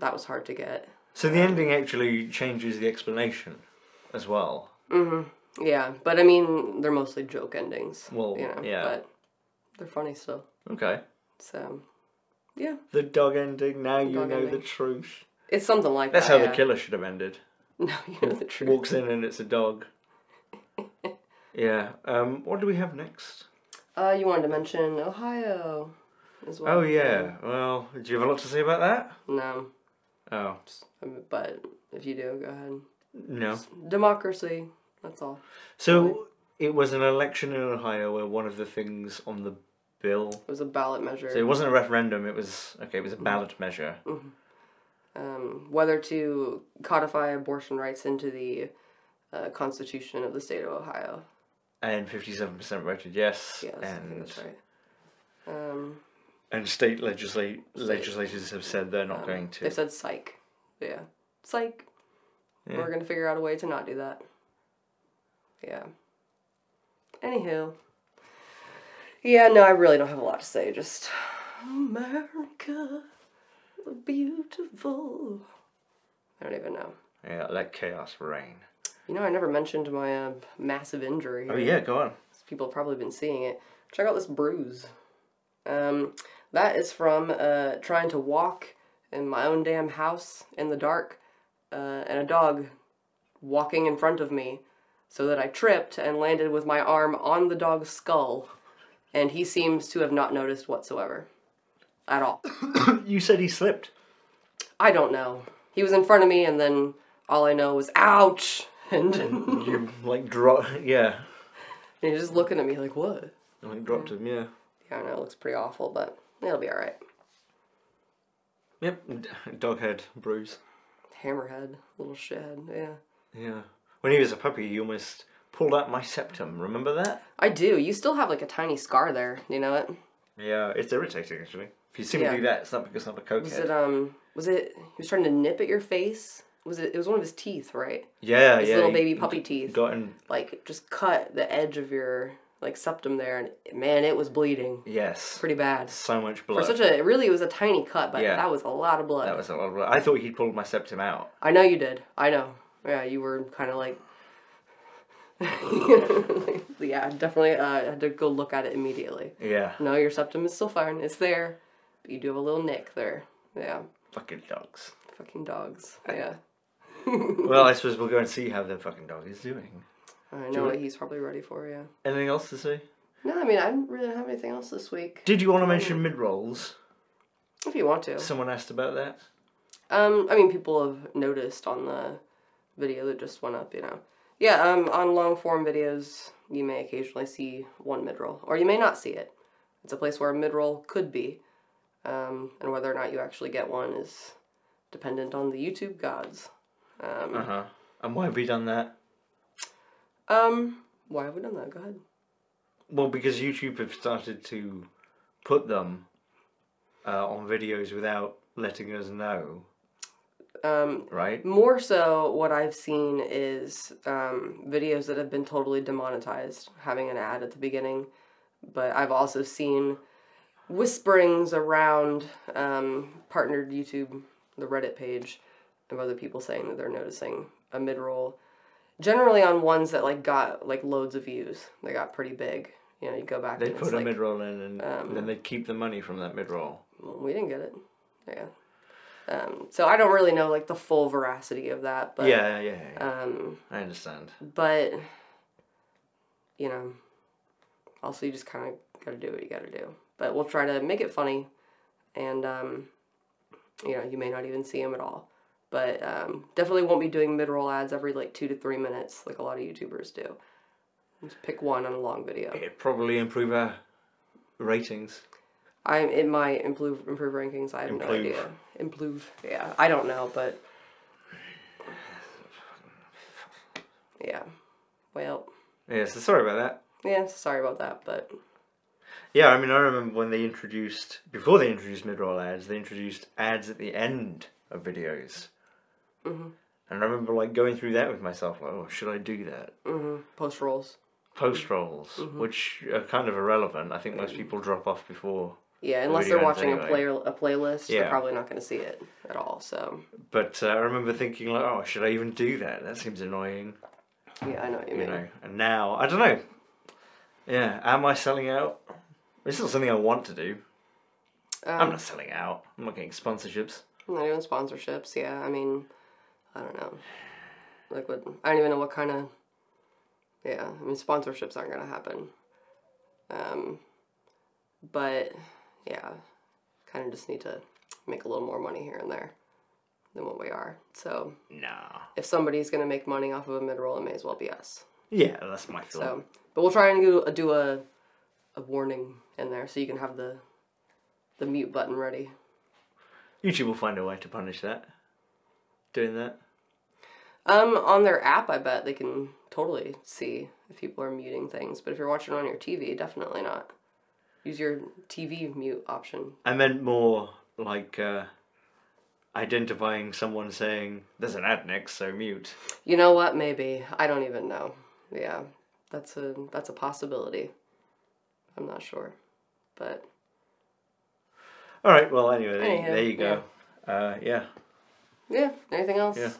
C: that was hard to get
B: So the ending actually changes the explanation as well.
C: yeah but i mean they're mostly joke endings
B: Well,
C: you know
B: yeah.
C: but they're funny still
B: Okay.
C: so yeah
B: The dog ending, now you
C: Dog
B: know
C: ending.
B: the truth.
C: it's something like
B: That's
C: that
B: how
C: yeah. (laughs)
B: the killer should have ended.
C: no you know the truth
B: Walks in and it's a
C: (laughs)
B: dog. yeah. Um, what do we have next?
C: uh, you wanted to mention ohio as well
B: Oh, yeah. Well, do you have a lot to say about that?
C: no
B: Oh,
C: Um, but if you do go ahead
B: no.
C: democracy that's all
B: So it was an election in Ohio where one of the things on the bill.
C: it was a ballot measure
B: So it wasn't a referendum, it was. Okay, it was a ballot measure.
C: Mm. um, whether to codify abortion rights into the uh, Constitution of the state of Ohio.
B: And 57% voted yes.
C: Yes, I think
B: and
C: that's right. Um,
B: And state Um, legislate legislators have said they're not going to.
C: they've said psych. Yeah, psych. We're gonna figure out a way to not do that. Yeah. Anywho. Yeah, no, I really don't have a lot to say. Just America, beautiful. I don't even know.
B: yeah, let chaos reign.
C: You know, I never mentioned my uh, massive injury.
B: Oh yeah, go on.
C: people have probably been seeing it. Check out this bruise. Um, that is from uh, trying to walk in my own damn house in the dark, uh, and a dog walking in front of me, so that I tripped and landed with my arm on the dog's skull, and he seems to have not noticed whatsoever, at all.
B: (clears throat) You said he (laughs) slipped.
C: I don't know. He was in front of me, and then all I know was ouch, (laughs) and, and
B: You like drop. Yeah,
C: he's just looking at me like what.
B: You, like dropped him. Yeah.
C: I don't know, it looks pretty awful, but it'll be alright.
B: Yep. Dog head bruise.
C: Hammerhead, little shithead, yeah.
B: Yeah. When he was a puppy, he almost pulled out my septum. Remember that?
C: I do. You still have like a tiny scar there, you know it?
B: Yeah, it's irritating actually. If you see me
C: Yeah.
B: do that, it's not because I'm a
C: Was
B: cokehead.
C: it um was it he was trying to nip at your face? Was it it was one of his teeth, right?
B: yeah,
C: His
B: yeah.
C: little
B: he
C: baby puppy teeth.
B: Got in.
C: Like just cut the edge of your like septum there and man, it was bleeding.
B: Yes.
C: Pretty bad.
B: So much
C: For
B: blood.
C: such a really it was a tiny cut, but
B: Yeah.
C: that was a lot of blood.
B: that was a lot of blood. I thought he'd pulled my septum out.
C: I know you did. I know. Yeah, you were kind
B: (laughs)
C: of like. (laughs) yeah, definitely. Uh, I had to go look at it immediately.
B: Yeah.
C: No, your septum is still fine. It's there, but you do have a little nick there. Yeah,
B: Fucking dogs.
C: fucking dogs. Yeah,
B: well, I suppose we'll go and see how the fucking dog is doing.
C: I know what he's probably ready for. Yeah.
B: Anything else to say?
C: No, I mean I really don't have anything else this week.
B: Did you want to mention mid rolls?
C: If you want to.
B: Someone asked about that.
C: Um, I mean, people have noticed on the video that just went up, you know. Yeah, um, on long form videos, you may occasionally see one mid roll, or you may not see it. It's a place where a mid roll could be, um, and whether or not you actually get one is dependent on the YouTube gods. Um,
B: Uh huh. And why have we done that?
C: um, why have we done that? Go ahead.
B: Well, because YouTube have started to put them uh, on videos without letting us know,
C: Um,
B: right?
C: more so, what I've seen is um, videos that have been totally demonetized, having an ad at the beginning. But I've also seen whisperings around um, partnered YouTube, the Reddit page, of other people saying that they're noticing a mid roll. Generally, on ones that like got like loads of views, they got pretty big. You know, you go back.
B: They
C: and it's
B: put a
C: like, um,
B: mid roll in and then they keep the money from that mid roll.
C: we didn't get it. Yeah. Um, so I don't really know like the full veracity of that, but
B: Yeah, yeah, yeah. yeah.
C: um,
B: I understand.
C: but you know, also you just kind of got to do what you got to do. But we'll try to make it funny, and um, you know, you may not even see him at all. But um, definitely won't be doing mid roll ads every like two to three minutes, like a lot of YouTubers do. Just pick one on a long video.
B: It'd probably improve our ratings.
C: I it might improve improve rankings. I have no
B: Improve.
C: idea. Improve. Yeah, I don't know, but yeah. Well,
B: Yeah, so sorry about that.
C: yeah. Sorry about that, but
B: Yeah, I mean, I remember when they introduced, before they introduced mid roll ads, they introduced ads at the end of videos.
C: Mm-hmm. Mm-hmm.
B: And I remember like going through that with myself, like, oh, should I do that?
C: post rolls.
B: post rolls,
C: Mm-hmm.
B: which are kind of irrelevant. I think most people drop off before.
C: Yeah, unless
B: video
C: they're
B: ends
C: watching a
B: anyway.
C: player a playlist,
B: Yeah.
C: they're probably not going to see it at all. So
B: But uh, I remember thinking, like, oh, should I even do that? That seems annoying,
C: yeah, I know what you
B: you
C: mean.
B: know. And now, I don't know. Yeah, am I selling out? It's not something I want to do. I'm
C: Um,
B: not selling out. I'm not getting sponsorships.
C: not even sponsorships. Yeah, I mean, I don't know. Like what? I don't even know what kind of. Yeah, I mean sponsorships aren't going to happen. Um, but yeah, kind of just need to make a little more money here and there than what we are. So
B: Nah.
C: if somebody's going to make money off of a mid roll, it may as well be us.
B: Yeah, that's my thought.
C: So, but we'll try and do, do a a warning in there so you can have the the mute button ready.
B: YouTube will find a way to punish that. Doing that.
C: Um, on their app, I bet they can totally see if people are muting things. But if you're watching on your TV, definitely not. Use your TV mute option.
B: I meant more like uh, identifying someone saying, there's an ad next, so mute.
C: You know what? Maybe I don't even know. Yeah, that's a that's a possibility. I'm not sure, but
B: All right, well, anyway, there,
C: Anywho,
B: there you go. Uh, yeah.
C: yeah. Anything else?
B: Yeah.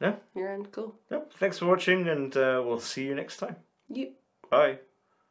B: No?
C: You're in. Cool.
B: Yep. Thanks for watching, and uh, we'll see you next time.
C: You.
B: Bye.